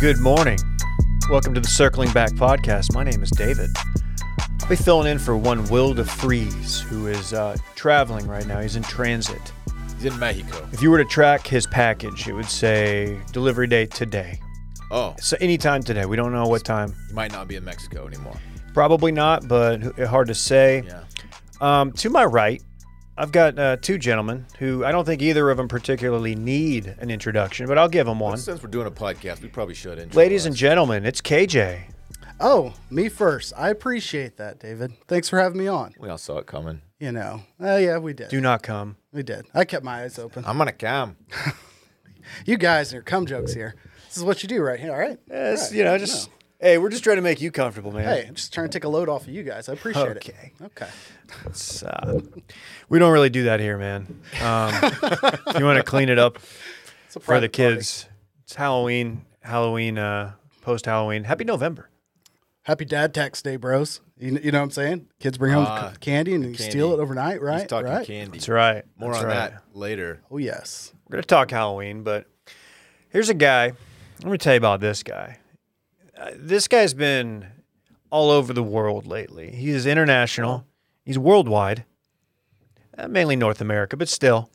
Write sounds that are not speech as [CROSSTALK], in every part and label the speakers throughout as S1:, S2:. S1: Good morning. Welcome to the Circling Back podcast. My name is David. I'll be filling in for one Will DeFries, who is uh, traveling right now. He's in transit.
S2: He's in Mexico.
S1: If you were to track his package, it would say delivery date today.
S2: Oh,
S1: So anytime today. We don't know what time.
S2: he might not be in Mexico anymore.
S1: Probably not, but h- hard to say.
S2: Yeah.
S1: Um, to my right, I've got uh, two gentlemen who I don't think either of them particularly need an introduction, but I'll give them one.
S2: Since we're doing a podcast, we probably should. Intro
S1: Ladies
S2: us.
S1: and gentlemen, it's KJ.
S3: Oh, me first. I appreciate that, David. Thanks for having me on.
S2: we all saw it coming.
S3: You know, oh yeah, we did.
S1: Do not come.
S3: We did. I kept my eyes open.
S2: I'm gonna come.
S3: You guys are cum jokes here. This is what you do right here. All right.
S1: It's, you know, just hey, we're just trying to make you comfortable, man.
S3: Hey, I'm just trying to take a load off of you guys. I appreciate
S1: Okay.
S3: it. Okay.
S1: It's, uh, we don't really do that here, man. Um, if you want to clean it up
S3: It's a
S1: for the
S3: private party.
S1: kids, it's Halloween. Halloween, uh, post Halloween. Happy November.
S3: Happy Dad Tax Day, bros. You, kn- you know what I'm saying? Kids bring home
S2: Ah,
S3: c- candy and you steal
S2: candy.
S3: it overnight, right?
S2: He's talking
S3: right?
S2: candy.
S1: That's right.
S2: More
S1: That's
S2: on
S1: right.
S2: that later.
S3: Oh yes.
S1: We're gonna talk Halloween, but here's a guy. Let me tell you about this guy. Uh, this guy's been all over the world lately. He is international. He's worldwide, uh, mainly North America, but
S2: [LAUGHS]
S1: still.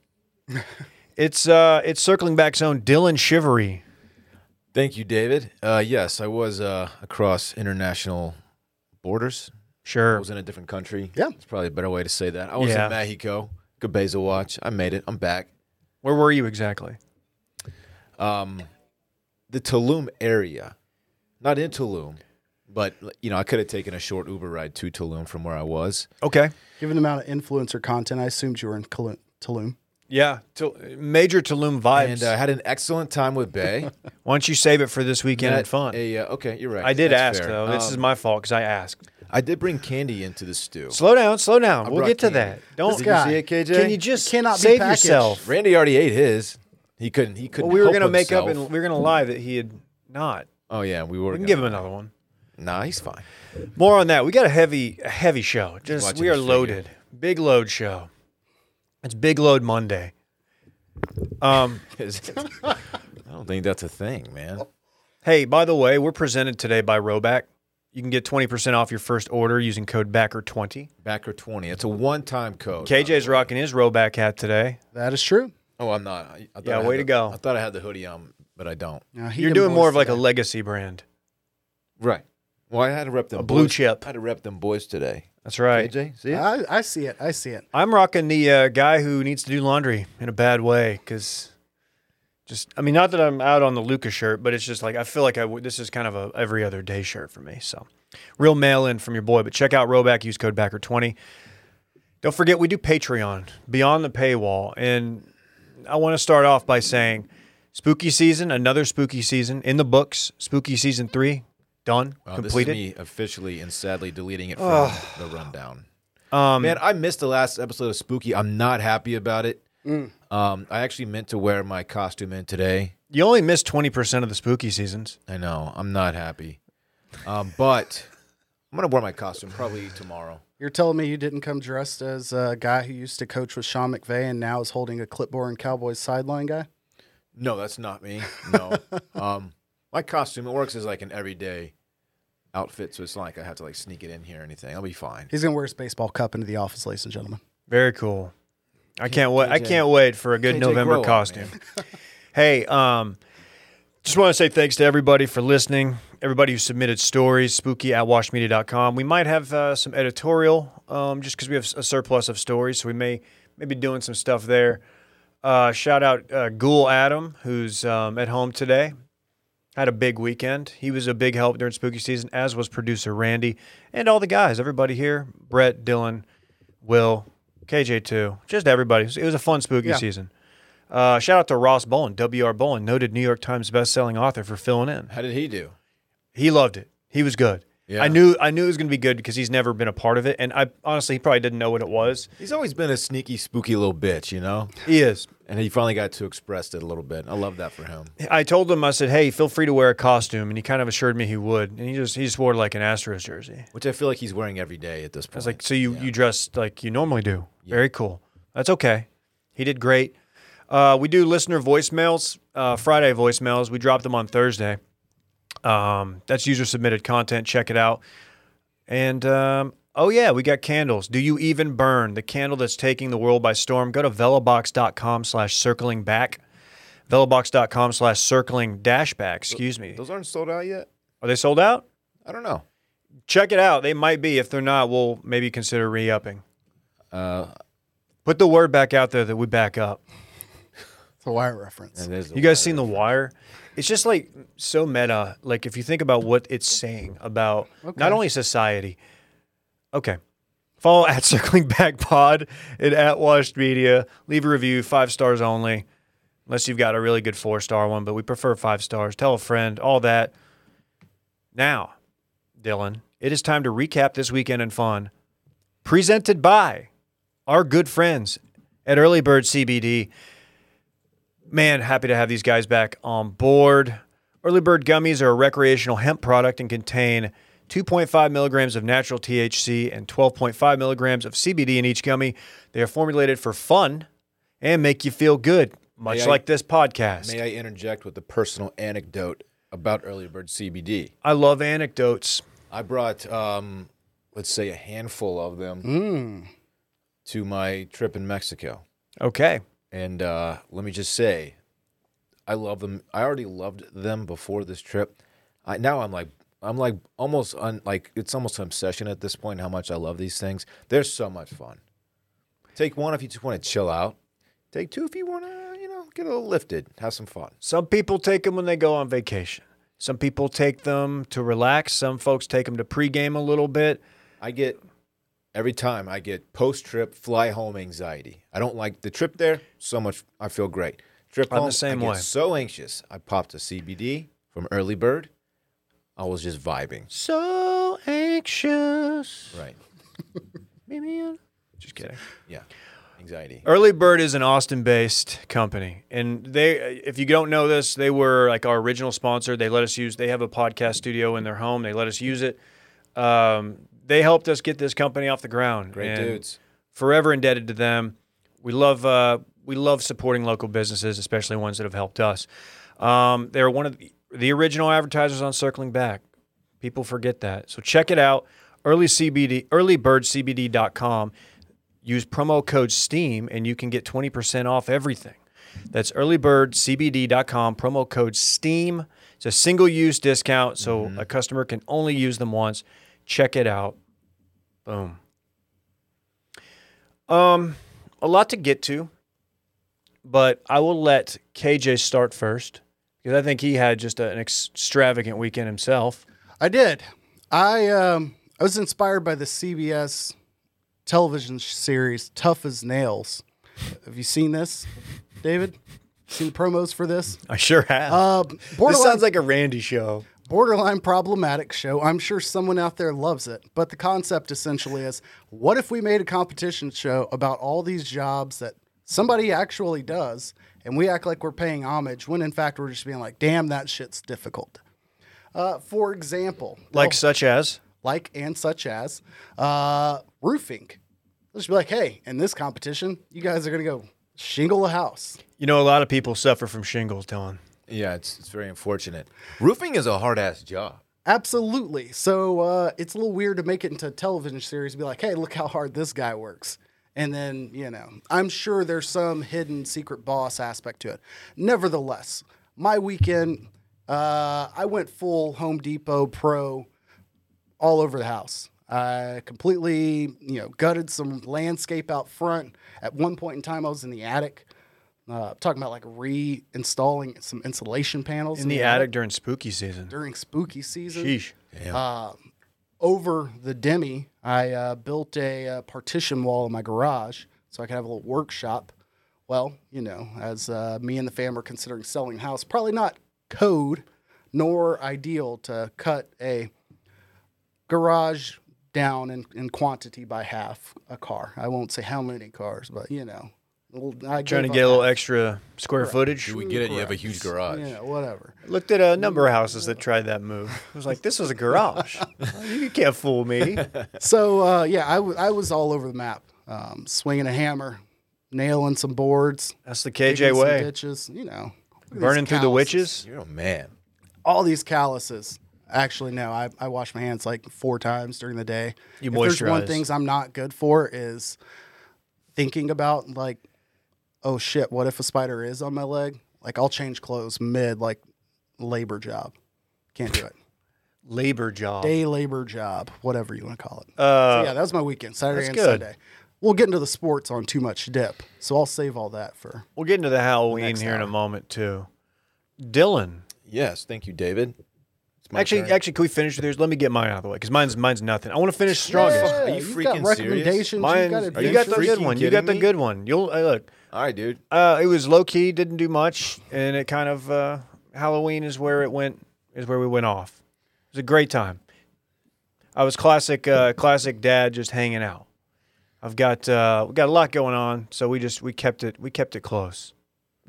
S1: it's uh, it's circling back zone. Dylan Shivery.
S2: Thank you, David. Uh, yes, I was uh, across international borders. I
S1: Sure.
S2: was in a different country.
S3: Yeah.
S2: it's probably a better way to say that. I was
S1: Yeah.
S2: in Mexico. Cabeza watch. I made it. I'm back.
S1: Where were you exactly?
S2: um, the Tulum area, not in Tulum, but you know, I could have taken a short Uber ride to Tulum from where I was.
S1: Okay.
S3: Given the amount of influencer content, I assumed you were in Colu- Tulum.
S1: Yeah. Tul- major Tulum vibes.
S2: And uh, I had an excellent time with
S1: [LAUGHS]
S2: Bay.
S1: Why don't you save it for this weekend
S2: Met
S1: and fun?
S2: a, uh, okay, you're right.
S1: I did
S2: That's
S1: ask
S2: fair.
S1: though. This
S2: Um,
S1: is my fault because I asked.
S2: I did bring candy into the stew.
S1: Slow down, slow down. we'll
S2: brought
S1: get to
S2: candy.
S1: that. Don't
S3: This guy
S2: See it, KJ?
S1: Can you just
S3: cannot be
S1: save
S3: packaged.
S1: yourself?
S2: Randy already ate his. He couldn't. He couldn't.
S1: Well, we were
S2: help
S1: gonna make up
S2: himself.
S1: and we were gonna lie that he had not.
S2: oh yeah, we were.
S1: We can
S2: gonna-
S1: give him another one.
S2: [LAUGHS] Nah, he's fine.
S1: More on that. We got a heavy, a heavy show. Just
S2: watching
S1: we are
S2: his figure.
S1: loaded. Big load show. It's big load Monday. Um.
S2: 'Cause-
S1: [LAUGHS]
S2: I don't think that's a thing, man.
S1: Hey, by the way, we're presented today by Roback. You can get twenty percent off your first order using code Backer twenty.
S2: Backer twenty. It's a one-time code.
S1: KJ's rocking his Roback hat today.
S3: That is true.
S2: Oh, I'm not. I, I thought
S1: Yeah,
S2: I had
S1: way to
S2: the-
S1: go.
S2: I thought I had the hoodie on, but I don't.
S3: Now, he
S1: You're
S3: can
S1: doing more of
S3: boast
S1: like a
S3: that.
S1: legacy brand.
S2: Right. Well, I had to rep them.
S1: A blue
S2: boys-
S1: chip.
S2: I had to rep them boys today.
S1: That's right. Ah,
S2: AJ, see it?
S3: I, I see it. I see it.
S1: I'm rocking the uh, guy who needs to do laundry in a bad way because just, I mean, not that I'm out on the Luca shirt, but it's just like, I feel like I w- this is kind of a every other day shirt for me. So, real mail in from your boy, but check out Roback, use code Backer20. Don't forget, we do Patreon beyond the paywall. And I want to start off by saying spooky season, another spooky season in the books, spooky season three, done,
S2: Wow,
S1: completed.
S2: Oh, This is me officially and sadly deleting it from the rundown.
S1: Um,
S2: Man, I missed the last episode of Spooky. I'm not happy about it. Um, I actually meant to wear my costume in today.
S1: you only missed 20% of the spooky seasons.
S2: I know I'm not happy, um, but I'm gonna wear my costume probably tomorrow.
S3: You're telling me you didn't come dressed as a guy who used to coach with Sean McVay and now is holding a clipboard and Cowboys sideline guy?
S2: No, that's not me. [LAUGHS] No, um, my costume it works as like an everyday outfit, so it's not like I have to like sneak it in here or anything. I'll be fine.
S3: He's gonna wear his baseball cup into the office, ladies and gentlemen.
S1: Very cool. I can't wait. I
S2: KJ.
S1: can't wait for a good
S2: KJ,
S1: November
S2: grow up,
S1: costume. hey, um, just want to say thanks to everybody for listening. Everybody who submitted stories, spooky at washmedia.com. We might have uh, some editorial um, just because we have a surplus of stories. So we may, may be doing some stuff there. Uh, shout out uh, Ghoul Adam, who's um, at home today. Had a big weekend. He was a big help during spooky season, as was producer Randy and all the guys, everybody here Brett, Dylan, Will, KJ2, just everybody. It was a fun, spooky
S3: Yeah.
S1: season. Uh, shout out to Ross Bowen, W.R. Bowen, noted New York Times bestselling author, for filling in.
S2: How did he do?
S1: He loved it. He was good.
S2: Yeah.
S1: I knew I knew it was going to be good because he's never been a part of it, and I honestly he probably didn't know what it was.
S2: He's always been a sneaky, spooky little bitch, you know?
S1: He is.
S2: And he finally got to express it a little bit. I love that for him.
S1: I told him I said, "Hey, feel free to wear a costume," and he kind of assured me he would, and he just he just wore like an Astros jersey.
S2: Which I feel like he's wearing every day at this point.
S1: It's like, so you you dress like you normally do. Very cool. That's okay. He did great. Uh, we do listener voicemails, uh, Friday voicemails. We drop them on Thursday. Um, that's user submitted content. Check it out. And um, oh yeah, we got candles. Do you even burn the candle that's taking the world by storm? Go to velabox.com slash circling back. Velabox.com slash circling dash back. Excuse me.
S2: Those aren't sold out yet.
S1: Are they sold out?
S2: I don't know.
S1: Check it out. They might be. If they're not, we'll maybe consider re upping.
S2: Uh,
S1: Put the word back out there that we back up.
S3: It's a wire reference.
S2: and there's the
S1: You guys
S2: wire.
S1: seen The Wire? It's just like so meta. Like if you think about what it's saying about not only society. Okay. Follow at [LAUGHS] Circling Back Pod and at Washed Media. Leave a review, five stars only, unless you've got a really good four star one, but we prefer five stars. Tell a friend, all that. Now, Dylan, it is time to recap this weekend in fun, presented by our good friends at Early Bird CBD man, happy to have these guys back on board. Early Bird Gummies are a recreational hemp product and contain 2.5 milligrams of natural THC and 12.5 milligrams of CBD in each gummy. They are formulated for fun and make you feel good, much
S2: May I-
S1: like this podcast.
S2: May I interject with a personal anecdote about early bird CBD?
S1: I love anecdotes.
S2: I brought, um, let's say, a handful of them
S3: Mm.
S2: to my trip in Mexico.
S1: Okay.
S2: And uh, let me just say, I love them. I already loved them before this trip. I, now I'm like, I'm like almost un, like it's almost an obsession at this point. How much I love these things. They're so much fun. Take one if you just want to chill out. Take two if you want to, you know, get a little lifted, have some fun.
S1: Some people take them when they go on vacation. Some people take them to relax. Some folks take them to pregame a little bit.
S2: I get every time I get post trip fly home anxiety. I don't like the trip there so much. I feel great. Trip
S1: I'm the
S2: home,
S1: same
S2: I get
S1: way.
S2: so anxious. I popped a CBD from Early Bird. I was just vibing.
S1: So anxious.
S2: Right.
S1: Leave me alone. Just kidding.
S2: Yeah. Anxiety.
S1: Early Bird is an Austin-based company, and they, if you don't know this, they were like our original sponsor. They let us use. They have a podcast studio in their home. They let us use it. Um, they helped us get this company off the ground.
S2: Great
S1: and
S2: dudes.
S1: Forever indebted to them. We love uh, we love supporting local businesses, especially ones that have helped us. Um, they're one of the, the original advertisers on Circling Back. People forget that, so check it out. Early CBD, earlybirdcbd.com. Use promo code STEAM and you can get 20% off everything. That's earlybirdcbd.com, promo code STEAM. It's a single use discount, so a customer can only use them once. Check it out. Boom. Um, a lot to get to, but I will let KJ start first because I think he had just an extravagant weekend himself.
S3: I did. I um, I was inspired by the CBS television sh- series Tough as Nails. Have you seen this, David? Seen the promos for this?
S1: I sure have.
S3: Uh, borderline,
S1: this sounds like a Randy show.
S3: borderline problematic show. I'm sure someone out there loves it, but the concept essentially is: what if we made a competition show about all these jobs that somebody actually does, and we act like we're paying homage when in fact we're just being like, "Damn, that shit's difficult." Uh, for example,
S1: Like such as
S3: like and such as uh, roofing. Let's be like, hey, in this competition, you guys are gonna go shingle a house.
S1: you know, a lot of people suffer from shingles, Dylan.
S2: Yeah, it's it's very unfortunate. Roofing is a hard ass job.
S3: Absolutely. So uh, it's a little weird to make it into a television series and be like, hey, look how hard this guy works. And then, you know, I'm sure there's some hidden secret boss aspect to it. Nevertheless, my weekend, uh, I went full Home Depot pro all over the house. I completely, you know, gutted some landscape out front. At one point in time, I was in the attic. Uh, talking about like reinstalling some insulation panels
S1: In the attic during spooky season.
S3: during spooky season
S1: Sheesh.
S3: over the demi, I uh, built a uh, partition wall in my garage so I could have a little workshop. Well, you know, as uh, me and the fam are considering selling the house, probably not code nor ideal to cut a garage down in, in quantity by half a car. I won't say how many cars, but you know, well, I
S1: Trying to
S3: gave
S1: get a
S3: up
S1: little extra square footage.
S2: Do we get it? You have a huge
S3: that.
S2: garage.
S3: yeah, whatever.
S1: Looked at a number of houses that tried that move. I was like, this is a
S2: [LAUGHS]
S1: garage. you can't fool me.
S3: So uh, yeah, I, w- I was all over the map, um, swinging a hammer, nailing some boards,
S1: That's the
S3: digging
S1: KJ
S3: some
S1: way.
S3: ditches, you know, Look at these
S1: Burning through the
S3: calluses.
S1: witches.
S2: You're a man.
S3: all these calluses. Actually, no, I, I wash my hands like four times during the day.
S1: You
S3: if there's one
S1: moisturize.
S3: things I'm not good for is thinking about like, oh shit, what if a spider is on my leg? Like I'll change clothes mid like labor job. Can't
S1: [LAUGHS]
S3: do it.
S1: labor job.
S3: Day labor job, whatever you want to call it.
S1: Uh,
S3: so yeah, that was my weekend, Saturday
S1: that's
S3: and
S1: good.
S3: Sunday. We'll get into the sports on too much dip, so I'll save all that for.
S1: We'll get into the Halloween here in a moment too. Dylan,
S2: Yes, thank you, David. It's my
S1: actually,
S2: turn.
S1: actually, can we finish with yours? Let me get mine out of the way because minene's mine's nothing. I want to finish strong.
S2: Yeah. Are you
S3: you've
S2: freaking
S3: got
S2: serious?
S3: recommendations. you've
S1: Mine,
S3: got
S1: you got the
S3: adventures.
S1: good
S2: Freaking
S1: one. You got
S2: kidding
S1: the
S2: me?
S1: good one. You'll uh, look.
S2: all right, dude.
S1: Uh, it was low key, didn't do much, and it kind of uh, Halloween is where it went is where we went off. It was a great time. I was classic uh, classic dad, just hanging out. I've got uh, we got a lot going on, so we just we kept it we kept it close.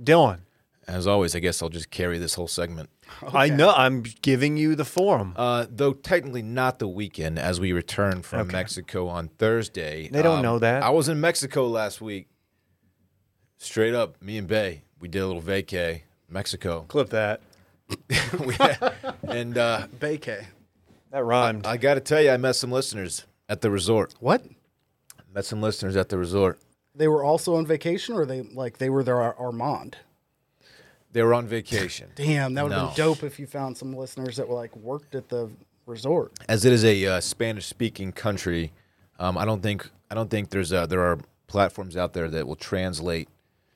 S1: Dylan,
S2: As always, I guess I'll just carry this whole segment.
S1: I know I'm giving you the forum.
S2: Uh, though technically not the weekend, as we return from Mexico on Thursday. Um,
S1: They don't know that.
S2: I was in Mexico last week. Straight up, me and Bay, we did a little vacay, Mexico, [LAUGHS]
S1: Clip that.
S2: We had- and uh,
S3: Bakey.
S1: That
S3: Uh,
S1: rhymed.
S2: I got to tell you, I met some listeners at the resort.
S3: What?
S2: Met some listeners at the resort.
S3: They were also on vacation, or they like they were their Ar- Armand.
S2: They were on vacation.
S1: [LAUGHS]
S3: Damn, that would have
S2: No.
S3: been dope if you found some listeners that were like worked at the resort.
S2: as it is a uh, Spanish-speaking country, um, I don't think I don't think there's uh there are platforms out there that will translate.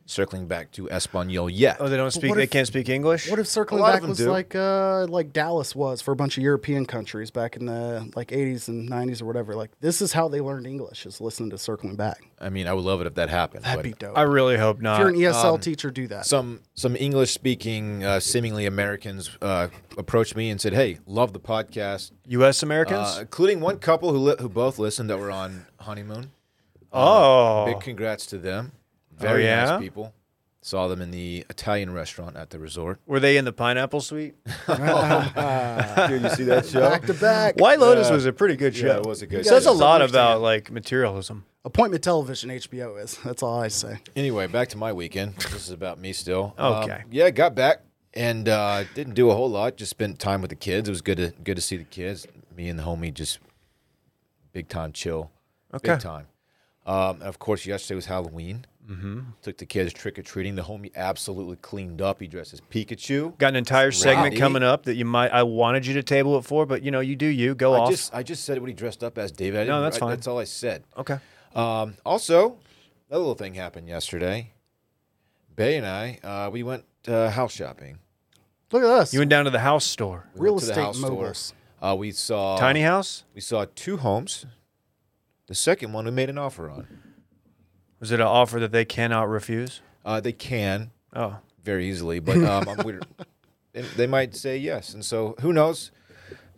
S2: Circling back to Espanol, yeah.
S1: oh, they don't speak.
S3: what
S1: they
S3: if-
S1: can't speak English.
S3: What if circling
S2: A lot of
S3: back
S2: them
S3: was
S2: do.
S3: like uh, like Dallas was for a bunch of European countries back in the like 80s and 90s or whatever? Like this is how they learned English is listening to circling back.
S2: I mean, I would love it if that happened.
S3: That'd
S2: but
S3: be dope.
S1: I really hope
S3: if you're E-
S1: not.
S3: an ESL teacher, do that.
S2: some some English-speaking, uh, seemingly Americans uh, approached me and said, "Hey, love the podcast,"
S1: U.S. Americans.
S2: uh, including one couple who li- who both listened that were on honeymoon.
S3: uh,
S1: oh,
S2: Big congrats to them. Very
S1: yeah?
S2: nice people. Saw them in the Italian restaurant at the resort.
S1: were they in the pineapple suite?
S2: Dude, you see that show?
S3: back to back
S1: White Lotus was a pretty good show.
S2: it was a good
S1: Says
S2: show.
S1: a lot about like materialism.
S3: appointment television HBO is. That's all I say.
S2: Anyway, back to my weekend. This is about me still.
S1: Okay.
S2: Um, yeah, got back and uh, didn't do a whole lot. Just spent time with the kids. It was good to good to see the kids. Me and the homie just big time chill.
S1: Okay.
S2: Big time. Um, and of course, yesterday was Halloween. Mm-hmm. Took the kids trick or treating. The homie absolutely cleaned up. He dressed as Pikachu.
S1: Got an entire segment
S2: Rowdy.
S1: coming up that you might. I wanted you to table it for, but you know, you do you. Go
S2: I
S1: off.
S2: just I just said what he dressed up as, David. I
S1: No,
S2: didn't-
S1: that's
S2: I-
S1: fine.
S2: That's all I said.
S1: okay.
S2: Um, also, another little thing happened yesterday. Bay and I, uh, we went uh, house shopping.
S3: Look at us.
S1: You went down to the house store.
S2: We went
S3: Real
S2: to the
S3: estate
S2: house store.
S3: moguls.
S2: Uh, we saw
S1: Tiny house?
S2: We saw two homes. The second one we made an offer on.
S1: Was it an offer that they cannot refuse?
S2: Uh, they can
S1: Oh,
S2: very easily, but um,
S1: [LAUGHS]
S2: I'm weird. They, they might say yes, and so who knows?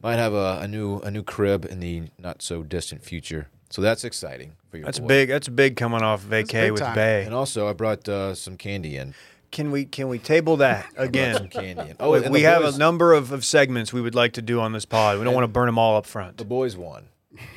S2: Might have a, a new a new crib in the not so distant future. So that's exciting for your
S1: that's
S2: boy.
S1: big. That's big coming off vacay
S3: big
S1: with
S3: time.
S1: Bay.
S2: And also, I brought uh, some candy in.
S1: Can we can we table
S2: [LAUGHS]
S1: that
S2: Some
S1: again? [LAUGHS]
S2: candy in.
S1: Oh,
S2: and
S1: we
S2: the
S1: have
S2: boys,
S1: a number of, of segments we would like to do on this pod. We don't want to burn them all up front.
S2: the boys won.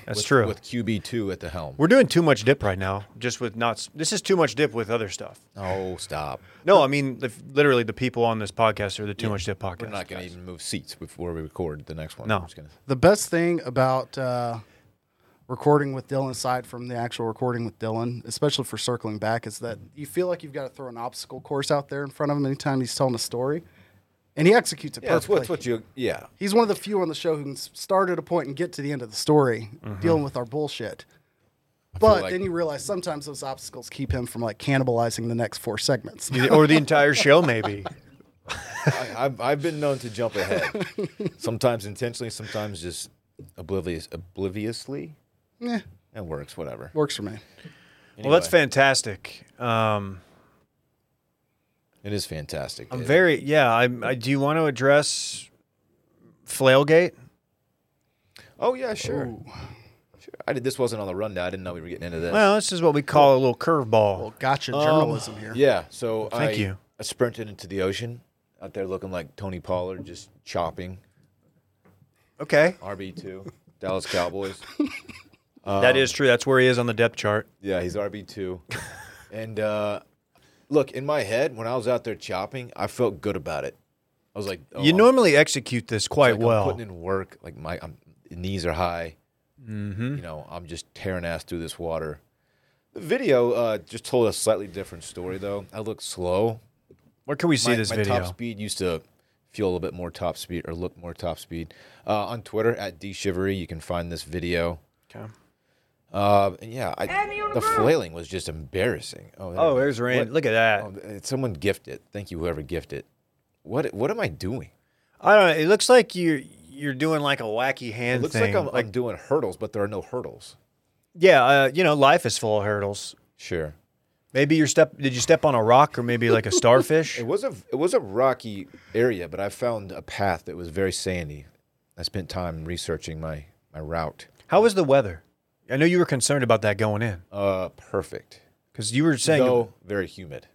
S1: That's
S2: with,
S1: true.
S2: With QB two at the helm.
S1: We're doing too much dip right now. Just with not. s- This is too much dip with other stuff.
S2: oh, stop!
S1: No, I mean the, literally the people on this podcast are the Too Much Dip podcast.
S2: We're not going to even move seats before we record the next one.
S1: No.
S2: We're just gonna-
S3: The best thing about uh, recording with Dylan, aside from the actual recording with Dylan, especially for circling back, is that you feel like you've got to throw an obstacle course out there in front of him anytime he's telling a story, and he executes it
S2: Yeah, that's
S3: perfectly.
S2: what, that's what you. Yeah,
S3: he's one of the few on the show who can s- start at a point and get to the end of the story, dealing with our bullshit. But
S2: Mm-hmm. like-
S3: then you realize sometimes those obstacles keep him from like cannibalizing the next four segments.
S1: [LAUGHS] or the entire show
S2: [LAUGHS]
S1: maybe.
S2: I, I've, I've been known to
S1: [LAUGHS]
S2: jump ahead, sometimes intentionally, sometimes just oblivious, obliviously.
S3: [LAUGHS] Eh,
S2: It works, whatever.
S3: works for me.
S1: Well, that's fantastic. Um,
S2: It is fantastic.
S1: I'm
S2: Dave.
S1: very yeah. I, I do you want to address Flailgate?
S2: oh yeah, sure. Sure. I did. This wasn't on the rundown. I didn't know we were getting into this.
S1: Well, this is what we call a little curveball.
S3: Well, gotcha journalism here.
S2: Um, yeah. So
S1: Thank
S2: I,
S1: you.
S2: I sprinted into the ocean, out there looking like Tony Pollard, just chopping
S1: Okay, [LAUGHS]
S2: RB two, Dallas Cowboys.
S1: that is true. That's where he is on the depth chart.
S2: Yeah, he's RB two. and uh, look, in my head, when I was out there chopping, I felt good about it. I was like, oh,
S1: you
S2: I'm-
S1: normally execute this quite
S2: like
S1: well.
S2: I'm putting in work. Like my I'm, knees are high.
S1: Mm-hmm.
S2: You know, I'm just tearing ass through this water. The video uh, just told a slightly different story, though. I look slow.
S1: Where can we see
S2: my,
S1: this
S2: my
S1: video?
S2: top speed used to feel a little bit more top speed or look more top speed. Uh, on Twitter at D Shivery, you can find this video.
S1: Okay.
S2: Uh, and yeah, I, the flailing was just embarrassing. Oh,
S1: Oh, there's Rand.
S2: What-
S1: Look at that.
S2: oh, th- someone gifted. Thank you, whoever gifted. What what am I doing?
S1: I don't know. It looks like you're you're doing like a wacky hand
S2: It looks
S1: thing.
S2: like I'm, I'm doing hurdles, but there are no hurdles.
S1: yeah, uh, you know, life is full of hurdles.
S2: Sure.
S1: Maybe your step did you step on a rock or maybe
S3: [LAUGHS]
S1: like a starfish?
S2: It was a it was a rocky area, but I found a path that was very sandy. I spent time researching my my route.
S1: How was the weather? I know you were concerned about that going in
S2: Uh, perfect.
S1: because you were saying,
S2: Though very humid.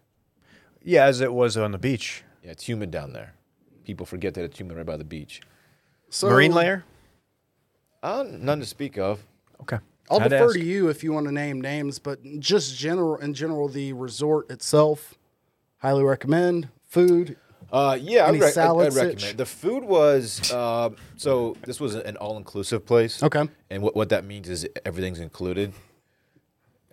S1: yeah, as it was on the beach,
S2: Yeah, it's humid down there. People forget that it's humid right by the beach.
S3: So
S1: marine layer.
S2: Uh, none to speak of.
S1: Okay,
S3: I'll
S1: I'd
S3: defer
S1: ask.
S3: to you if you want to name names, but just general in general, the resort itself, highly recommend. Food,
S2: Uh, yeah,
S3: Any
S2: I'd, rec- I'd-
S3: salad
S2: I'd recommend.
S3: sitch?
S2: The food was uh, so this was an all inclusive place.
S3: Okay.
S2: And what what that means is everything's included.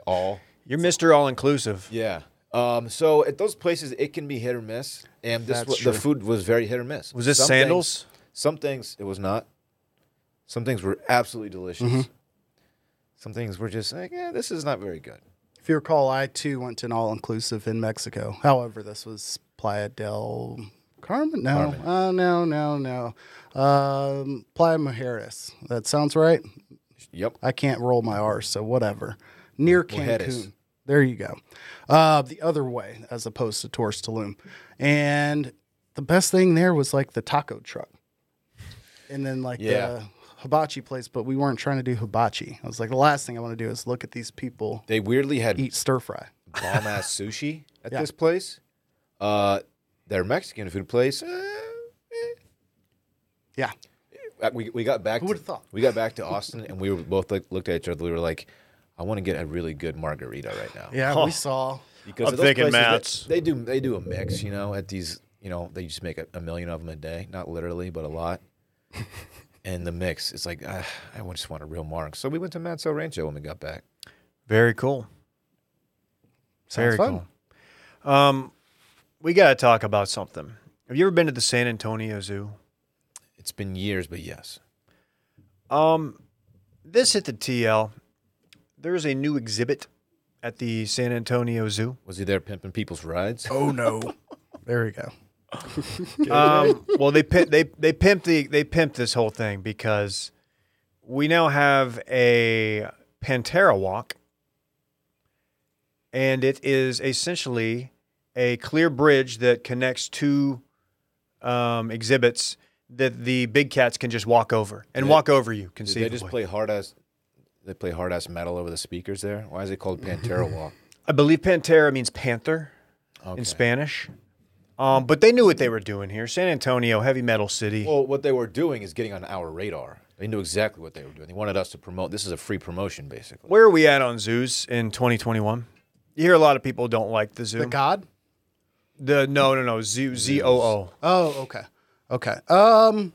S2: All.
S1: You're Mister All Inclusive.
S2: Yeah. Um, so at those places, it can be hit or miss, and this
S3: That's
S2: wa-
S3: true.
S2: the food was very hit or miss.
S1: Was this
S2: Some
S1: sandals?
S2: Things, some things it was not. Some things were absolutely delicious.
S3: Mm-hmm.
S2: Some things were just like, yeah, this is not very good.
S3: if you recall, I too went to an all inclusive in Mexico. However, this was Playa del Carmen. No, uh, no, no, no. Um, Playa Mujeres. That sounds right.
S2: Yep.
S3: I can't roll my R's, so whatever. Near
S2: Mujeres.
S3: Cancun. There you go. Uh, the other way, as opposed to Torres Tulum. And the best thing there was like the taco truck. And then like
S2: Yeah.
S3: the hibachi place, but we weren't trying to do hibachi. I was like, the last thing I want to do is look at these people
S2: They weirdly had
S3: eat [LAUGHS] stir fry.
S2: bomb ass sushi at this place. Uh, their Mexican food place. eh,
S3: Yeah.
S2: uh, we, we got back. to,
S3: would've thought?
S2: We got back to Austin, and we were both like looked at each other. We were like, I want to get a really good margarita right now.
S3: Yeah, we saw.
S2: because
S1: I'm
S2: at those
S1: thinking
S2: places, they-
S1: Matt's.
S2: They, do they do a mix, you know. At these, you know, they just make a, a million of them a day, not literally, but
S1: [LAUGHS]
S2: a lot. and the mix, it's like ah, I would just want a real mark. So we went to Matt's El Rancho when we got back.
S1: Very cool. Very
S3: fun.
S1: cool. Um, we gotta talk about something. Have you ever been to the San Antonio Zoo?
S2: It's been years, but yes,
S1: Um, this hit the TL. There's a new exhibit at the San Antonio Zoo.
S2: was he there pimping people's rides?
S3: Oh no. [LAUGHS] there we go.
S2: [LAUGHS]
S1: Um, well, they pimp, they they pimped the they pimped this whole thing because we now have a Pantera walk, and it is essentially a clear bridge that connects two um, exhibits that the big cats can just walk over and walk over you
S2: Did
S1: conceivably.
S2: they just play hard ass. They play hard ass metal over the speakers there. Why is it called
S1: [LAUGHS]
S2: Pantera Walk?
S1: I believe Pantera means panther in Spanish. Um, but they knew what they were doing here. San Antonio, heavy metal city.
S2: Well, what they were doing is getting on our radar. They knew exactly what they were doing. They wanted us to promote. This is a free promotion, basically.
S1: Where are we at on zoos in 2021? You hear a lot of people don't like the zoo.
S3: The god?
S1: The- no, no, no, zoo, Z O O.
S3: Oh, okay. Okay. Um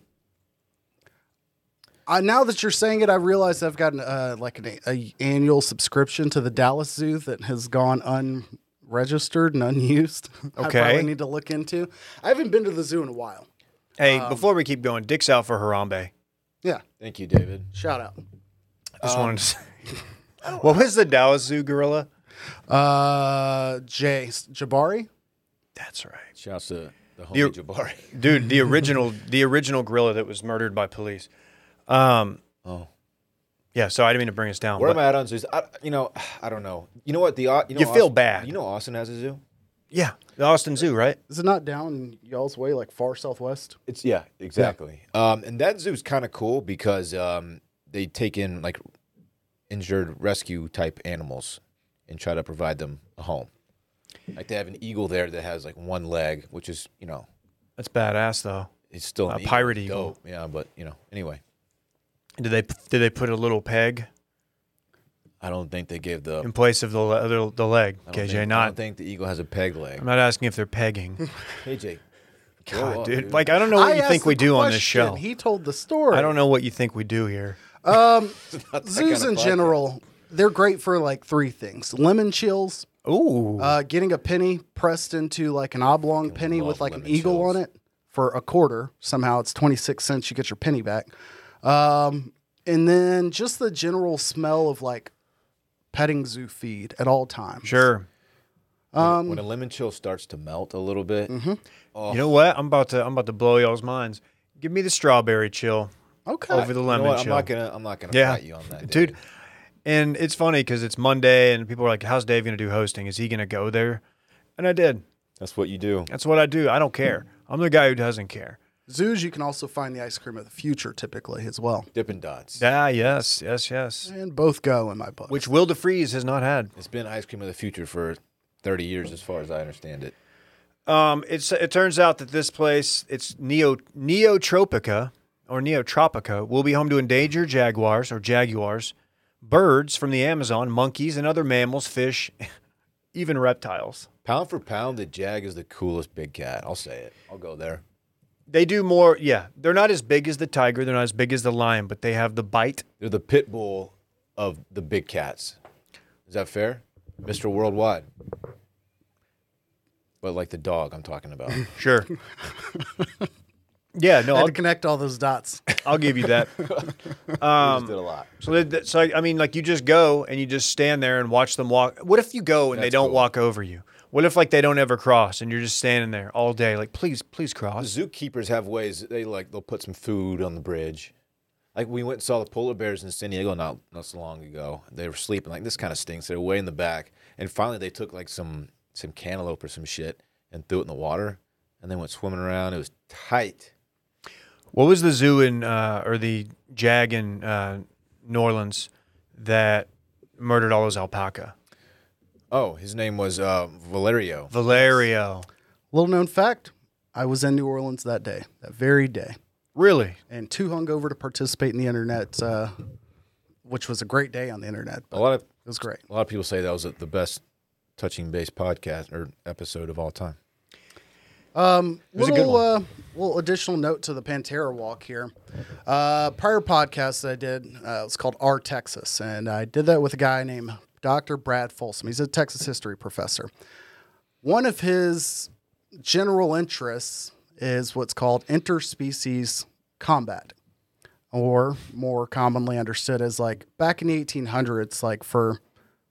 S3: I, now that you're saying it, I realize I've gotten uh, like an a, a annual subscription to the Dallas Zoo that has gone unregistered and unused. [LAUGHS] I
S1: Okay.
S3: probably need to look into. I haven't been to the zoo in a while.
S1: Hey, before we keep going, dicks out for Harambe.
S3: Yeah,
S2: Thank you, David.
S3: shout out.
S1: Just wanted to say. what was the Dallas Zoo gorilla?
S3: Uh, Jay Jabari.
S1: That's right,
S2: Shouts to the homie
S1: You-
S2: Jabari.
S1: dude. The original, the original gorilla that was murdered by police.
S2: Oh,
S1: Yeah, so I didn't mean to bring us down.
S2: where
S1: but-
S2: am I at on zoos? I, you know, [SIGHS] I don't know. You know what? The au- you, know
S1: You feel
S2: Austin-
S1: bad.
S2: You know, Austin has a zoo.
S1: yeah, the Austin Zoo, right?
S3: Is it not down y'all's way, like far southwest?
S2: It's yeah, exactly. Um, and that zoo's kind of cool because um, they take in like injured rescue type animals and try to provide them a home. Like they have an eagle there that has like one leg, which is you know
S1: That's badass, though.
S2: it's still an
S1: A pirate
S2: It's
S1: eagle.
S2: dope. Yeah, but you know anyway,
S1: Did they did they put a little peg
S2: I don't think they gave the
S1: in place of the le- the, the leg?
S2: I don't
S1: KJ,
S2: think- I
S1: not.
S2: don't think the eagle has a peg leg.
S1: I'm not asking if they're pegging.
S2: KJ,
S1: [LAUGHS] God,
S2: up,
S1: dude.
S2: dude.
S1: Like I don't know what
S3: I
S1: you
S3: asked
S1: think we
S3: the
S1: do on this
S3: question.
S1: show.
S3: He told the story.
S1: I don't know what you think we do here.
S3: Zoos in general, they're great for like three things: lemon chills,
S1: Ooh,
S3: uh, getting a penny pressed into like an oblong penny with like an
S2: lemon
S3: eagle
S2: chills.
S3: on it for a quarter. Somehow it's twenty six cents. You get your penny back, um, and then just the general smell of like petting zoo feed at all times.
S1: sure.
S2: when a lemon chill starts to melt a little bit, Oh.
S1: You know what? I'm about to I'm about to blow y'all's minds. Give me the strawberry chill
S3: Okay.
S1: over the
S2: you know
S1: lemon
S2: what? I'm
S1: chill.
S2: not gonna I'm not gonna
S1: Yeah.
S2: fight you on that,
S1: dude. And it's funny because it's Monday and people are like, "How's Dave gonna do hosting? Is he gonna go there?" And I did.
S2: That's what you do.
S1: That's what I do. I don't care. I'm the guy who doesn't care.
S3: Zoos, you can also find the ice cream of the future typically as well.
S2: Dippin' Dots.
S1: Ah, yes, yes, yes.
S3: And both go in my book.
S1: Which Will DeFreeze has not had.
S2: it's been ice cream of the future for 30 years, as far as I understand it.
S1: Um, it's it turns out that this place, it's Neo Neotropica or Neotropica, will be home to endangered jaguars or jaguars, birds from the Amazon, monkeys and other mammals, fish, [LAUGHS] even reptiles.
S2: Pound for pound, the Jag is the coolest big cat. I'll say it. I'll go there.
S1: They do more. Yeah, they're not as big as the tiger. They're not as big as the lion, but they have the bite.
S2: They're the pit bull of the big cats. Is that fair, Mister Worldwide? But like the dog I'm
S1: [LAUGHS]
S2: talking about.
S1: Sure. yeah. No,
S3: I had
S1: I'll,
S3: to connect all those dots.
S1: I'll give you that. Um,
S2: Just did a lot.
S1: So, they- that, so I, I mean, like you just go and you just stand there and watch them walk. What if you go and they
S2: That's
S1: don't
S2: cool.
S1: walk over you? What if like they don't ever cross and you're just standing there all day, like please, please cross?
S2: Zookeepers have ways. They like they'll put some food on the bridge. Like we went and saw the polar bears in San Diego not not so long ago. They were sleeping. Like this kind of stinks. They're way in the back. And finally, they took like some some cantaloupe or some shit and threw it in the water. And they went swimming around. It was tight.
S1: What was the zoo in uh, or the jag in uh, New Orleans that murdered all those alpaca?
S2: Oh, his name was uh, Valerio.
S1: Valerio.
S3: Little known fact I was in New Orleans that day, that very day,
S1: Really?
S3: and too hungover to participate in the internet, uh, which was a great day on the internet, but
S2: A lot of
S3: it was great.
S2: a lot of people say that was uh, the best touching base podcast or episode of all time.
S1: a
S3: little,
S1: good
S3: Uh, little additional note to the Pantera walk here. Uh, prior podcast that I did, uh, it's called Our Texas, and I did that with a guy named Dr. Brad Folsom. He's a Texas history professor. One of his general interests is what's called interspecies combat, or more commonly understood as like back in the 1800s, like for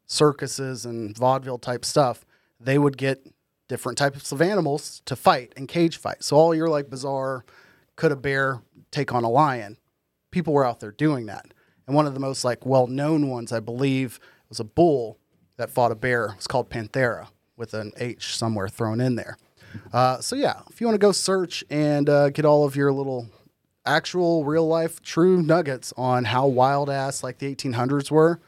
S3: circuses and vaudeville type stuff, they would get different types of animals to fight and cage fight. So all your like bizarre could a bear take on a lion? People were out there doing that. And one of the most like well known ones, I believe, was a bull that fought a bear. It's called Panthera with an H somewhere thrown in there. Uh, so yeah, if you want to go search and uh, get all of your little actual real life true nuggets on how wild ass like the 1800s were.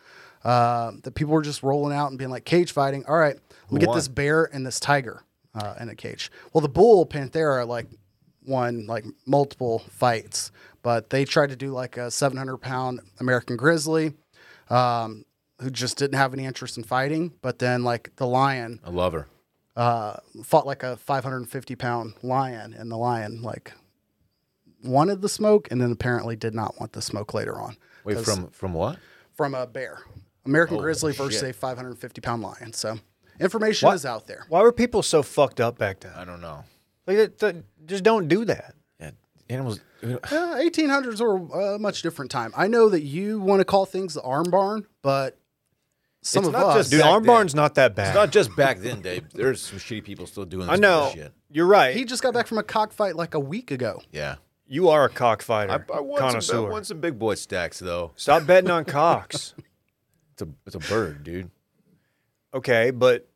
S3: Uh, that people were just rolling out and being like cage fighting. All right, let me get
S2: won?
S3: this bear and this tiger uh, in a cage. Well, the bull Panthera like won like multiple fights, but they tried to do like a 700 pound American grizzly um, who just didn't have any interest in fighting. But then like the lion
S2: I love her.
S3: uh, fought like a 550 pound lion, and the lion like wanted the smoke, and then apparently did not want the smoke later on.
S2: Wait,
S3: 'Cause-
S2: from from what?
S3: from a bear, American grizzly versus
S2: shit.
S3: a 550 pound lion. So information is out there.
S1: Why were people so fucked up back then?
S2: I don't know.
S1: Like, that, that, just don't do that.
S2: Yeah, animals.
S3: Uh, 1800s were a much different time. I know that you want to call things the arm barn, but some
S2: It's
S3: of
S2: not
S3: us,
S2: just
S1: Dude,
S2: Back
S1: arm
S2: then.
S1: barn's not that bad.
S2: It's not just back then, Dave. There's some shitty people still doing
S1: I
S2: this
S1: know.
S2: bullshit.
S1: You're right.
S3: he just got back from a cockfight like a week ago.
S2: Yeah.
S1: you are a cockfighter,
S2: I, I, want
S1: connoisseur.
S2: some, I want some big boy stacks though.
S1: Stop betting on
S2: [LAUGHS]
S1: cocks.
S2: It's a it's a bird, dude.
S1: Okay, but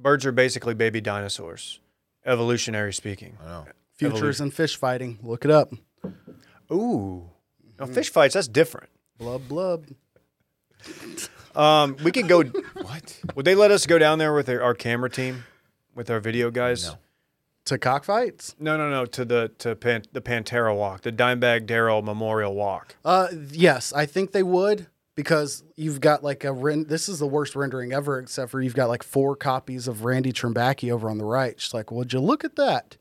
S1: birds are basically baby dinosaurs, evolutionary speaking.
S2: I know.
S3: Futures in fish fighting. Look it up.
S1: Ooh. Now,
S3: Mm-hmm.
S1: fish fights, that's different.
S3: Blub blub.
S1: Um, we could go. [LAUGHS]
S2: What?
S1: would they let us go down there with our, our camera team, with our video guys?
S3: To cockfights.
S1: No, no, no. to the to Pan, the Pantera Walk, the Dimebag Darrell Memorial Walk.
S3: Uh, yes, I think they would because you've got like a rend- this is the worst rendering ever, except for you've got like four copies of Randy Trimbacki over on the right. She's like, "Would you look at that?"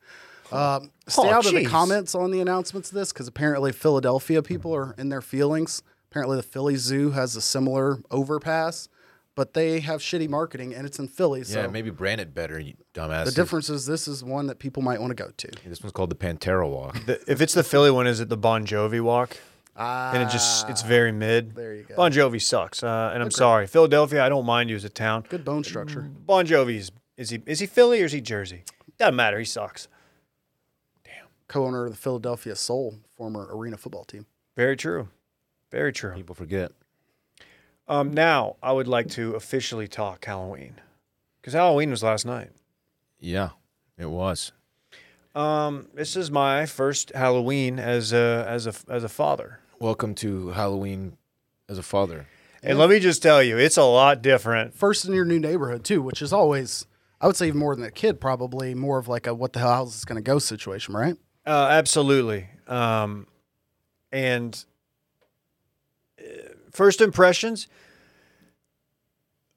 S3: Um, stay
S1: Aw,
S3: out of the
S1: jeez.
S3: comments on the announcements of this because apparently Philadelphia people are in their feelings. Apparently, the Philly Zoo has a similar overpass, but they have shitty marketing and it's in Philly. So
S2: yeah, maybe brand it better, you dumbass.
S3: the difference is this is one that people might want to go to.
S2: This one's called the Pantera Walk.
S1: The, if it's the Philly one, is it the Bon Jovi walk? and it just it's very mid.
S3: Ah, there you go.
S1: Bon Jovi sucks, uh, and I'm sorry, Philadelphia. I don't mind you as a town.
S3: Good bone structure.
S1: Bon Jovi is is he is he Philly or is he Jersey? Doesn't matter. He sucks.
S3: Co owner of the Philadelphia Soul, former arena football team.
S1: Very true. Very true.
S2: People forget.
S1: Um, now I would like to officially talk Halloween because Halloween was last night.
S2: Yeah, it was.
S1: Um, this is my first Halloween as a as a as a father.
S2: Welcome to Halloween as a father.
S1: And let me just tell you, it's a lot different.
S3: First in your new neighborhood, too, which is always, I would say, even more than a kid, probably more of like a what the hell is this going to go situation, right?
S1: Uh, absolutely. Um, and uh, first impressions.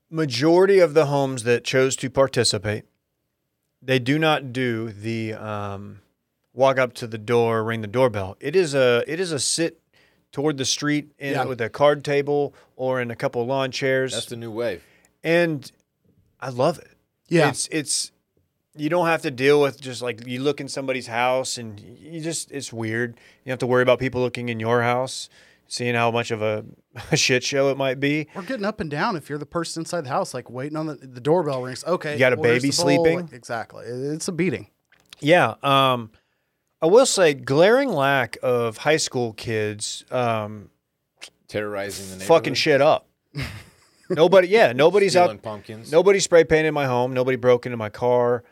S1: Majority of the homes that chose to participate, they do not do the um, walk up to the door, ring the doorbell. It is a it is a sit toward the street in,
S3: Yeah.
S1: with a card table or in a couple lawn chairs,
S2: That's the new wave.
S1: and I love it.
S3: Yeah.
S1: It's it's you don't have to deal with just like you look in somebody's house and you just it's weird. You don't have to worry about people looking in your house, seeing how much of a, [LAUGHS] a shit show it might be.
S3: Or getting up and down if you're the person inside the house, like waiting on the, the doorbell rings. Okay,
S1: You got a
S3: well, there's
S1: baby
S3: the bowl.
S1: sleeping?
S3: exactly. It- It's a beating.
S1: Yeah. Um I will say glaring lack of high school kids um
S2: Terrorizing the neighborhood.
S1: fucking shit
S2: [LAUGHS]
S1: up. Nobody yeah, nobody's
S2: Stealing
S1: out
S2: pumpkins.
S1: nobody spray painted my home, nobody broke into my car.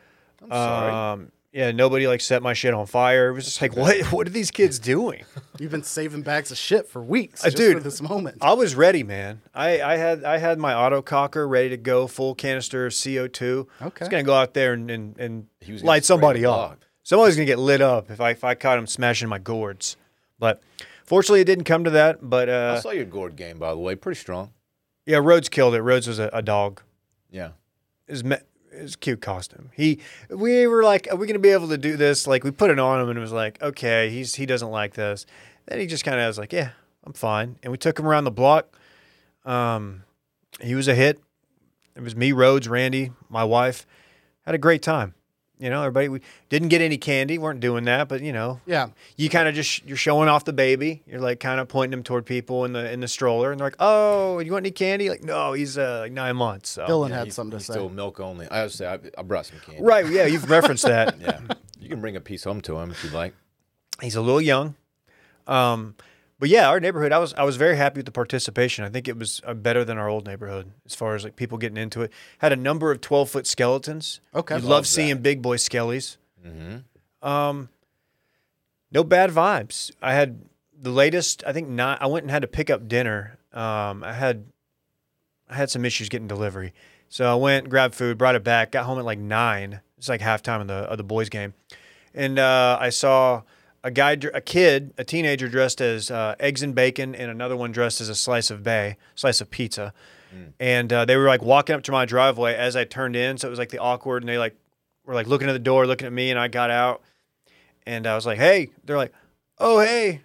S2: I'm sorry.
S1: Um yeah, nobody like set my shit on fire. It was just like what what are these kids doing?
S3: You've been saving bags of shit for weeks, just
S1: dude,
S3: for this moment.
S1: I was ready, man. I, I had I had my autococker ready to go, full canister of CO two. I
S3: Okay.
S1: was gonna go out there and and, and
S2: He was gonna
S1: light
S2: spray
S1: somebody
S2: the
S1: up.
S2: dog.
S1: Somebody's gonna get lit up if I if I caught him smashing my gourds. But fortunately, it didn't come to that. But
S2: I
S1: uh,
S2: saw your gourd game, by the way. Pretty strong.
S1: yeah, Rhodes killed it. Rhodes was a, a dog.
S2: Yeah.
S1: His me- his cute costume. He we were like, are we gonna be able to do this? Like we put it on him and it was like, okay, he's he doesn't like this. Then he just kind of was like, yeah, I'm fine. And we took him around the block. Um, he was a hit. It was me, Rhodes, Randy, my wife. Had a great time. You know, everybody. We didn't get any candy. weren't doing that, but you know,
S3: yeah.
S1: you kind of just you're showing off the baby. You're like kind of pointing him toward people in the in the stroller, and they're like, "Oh, you want any candy?" Like, no, he's uh, like nine months. So.
S3: Dylan
S2: Yeah,
S3: had
S2: he-
S3: something to
S2: he's
S3: say.
S2: Still milk only. I would say I, I brought some candy.
S1: Right? Yeah, you've referenced that.
S2: Yeah. You can bring a piece home to him if you'd like.
S1: He's a little young. Um, but yeah, our neighborhood, I was I was very happy with the participation. I think it was uh, better than our old neighborhood as far as like people getting into it. Had a number of twelve foot skeletons.
S3: Okay.
S1: you love,
S2: Love
S1: seeing
S2: that.
S1: big boy skellies. Um, no bad vibes. I had the latest. I think not. I went and had to pick up dinner. Um, I had I had some issues getting delivery, so I went grabbed food, brought it back, got home at like nine. It's like halftime of the of the boys' game, and uh, I saw a guy, dr- a kid, a teenager dressed as uh, eggs and bacon, and another one dressed as a slice of bay, slice of pizza, and uh, they were like walking up to my driveway as I turned in, so it was like the awkward, and they like were like looking at the door, looking at me, and I got out, and I was like, "Hey," they're like, "Oh, hey."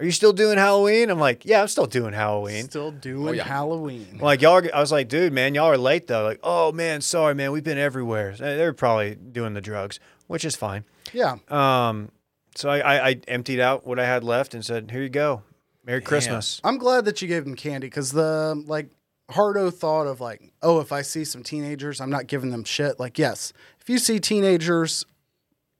S1: Are you still doing Halloween? I'm like, yeah, I'm still doing Halloween.
S3: Still doing
S2: Oh, yeah.
S3: Halloween.
S1: Like y'all, are- I was like, dude, man, y'all are late though. Like, oh man, sorry, man, we've been everywhere. Uh, They're probably doing the drugs, which is fine.
S3: yeah.
S1: Um, so I, I, I emptied out what I had left and said, here you go, Merry Christmas.
S3: I'm glad that you gave him candy because the like Hardo thought of like, oh, if I see some teenagers, I'm not giving them shit. Like, yes, if you see teenagers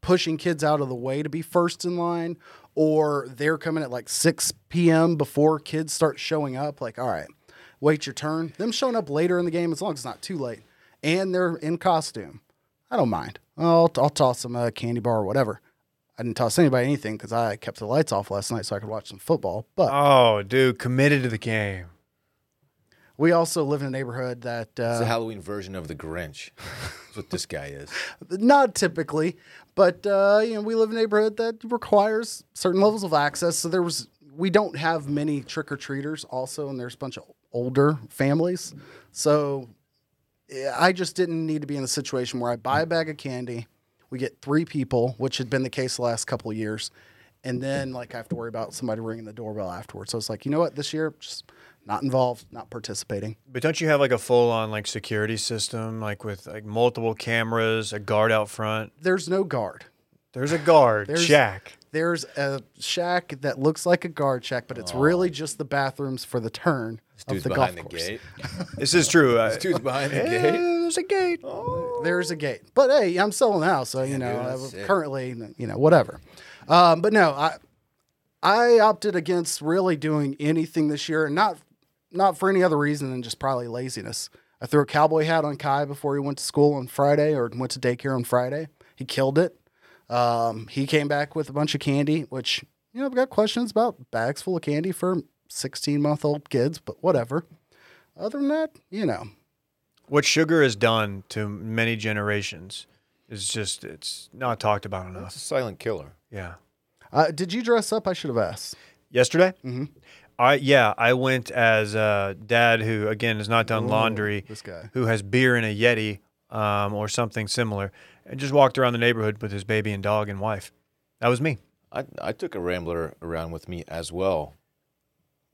S3: pushing kids out of the way to be first in line, or they're coming at like 6 p.m. before kids start showing up, like, all right, wait your turn. Them showing up later in the game, as long as it's not too late, and they're in costume, I don't mind. I'll, I'll toss them a candy bar or whatever. I didn't toss anybody anything because I kept the lights off last night so I could watch some football. But
S1: Oh, dude, committed to the game.
S3: We also live in a neighborhood that
S2: It's
S3: uh,
S2: a Halloween version of the Grinch. That's what this guy
S3: [LAUGHS]
S2: is.
S3: not typically, but uh, you know, we live in a neighborhood that requires certain levels of access. So there was we don't have many trick or treaters also, and there's a bunch of older families. So yeah, I just didn't need to be in a situation where I buy a bag of candy, We get three people, which had been the case the last couple of years. And then, like, I have to worry about somebody ringing the doorbell afterwards. So it's like, you know what? This year, just not involved, not participating.
S1: But don't you have like a full on like security system, like with like multiple cameras, a guard out front?
S3: There's no guard.
S1: There's a guard,
S3: There's-
S1: Jack.
S3: There's a shack that looks like a guard shack, but it's really just the bathrooms for the turn of
S2: Dude's
S3: the golf
S2: behind the
S3: course. [LAUGHS]
S2: gate. [LAUGHS]
S1: This is true. I-
S2: Dude's behind the
S1: Yeah,
S2: gate.
S1: there's a gate.
S3: There's a gate, but hey, I'm selling the house, so you know
S2: dude, that's
S3: I-
S2: sick.
S3: currently, you know, whatever. Um, but no, I I opted against really doing anything this year, and not not for any other reason than just probably laziness. I threw a cowboy hat on Kai before he went to school on Friday or went to daycare on Friday. He killed it. Um, he came back with a bunch of candy, which you know I've got questions about bags full of candy for 16 month old kids, but whatever. Other than that, you know,
S1: What sugar has done to many generations is just it's not talked about enough.
S2: It's a silent killer.
S1: Yeah.
S3: uh, did you dress up? I should have asked.
S1: Yesterday,
S3: Mhm.
S1: I yeah I went as uh, dad who again has not done laundry.
S3: this guy.
S1: who has beer in a Yeti um, or something similar, and just walked around the neighborhood with his baby and dog and wife. That was me.
S2: I, I took a rambler around with me as well.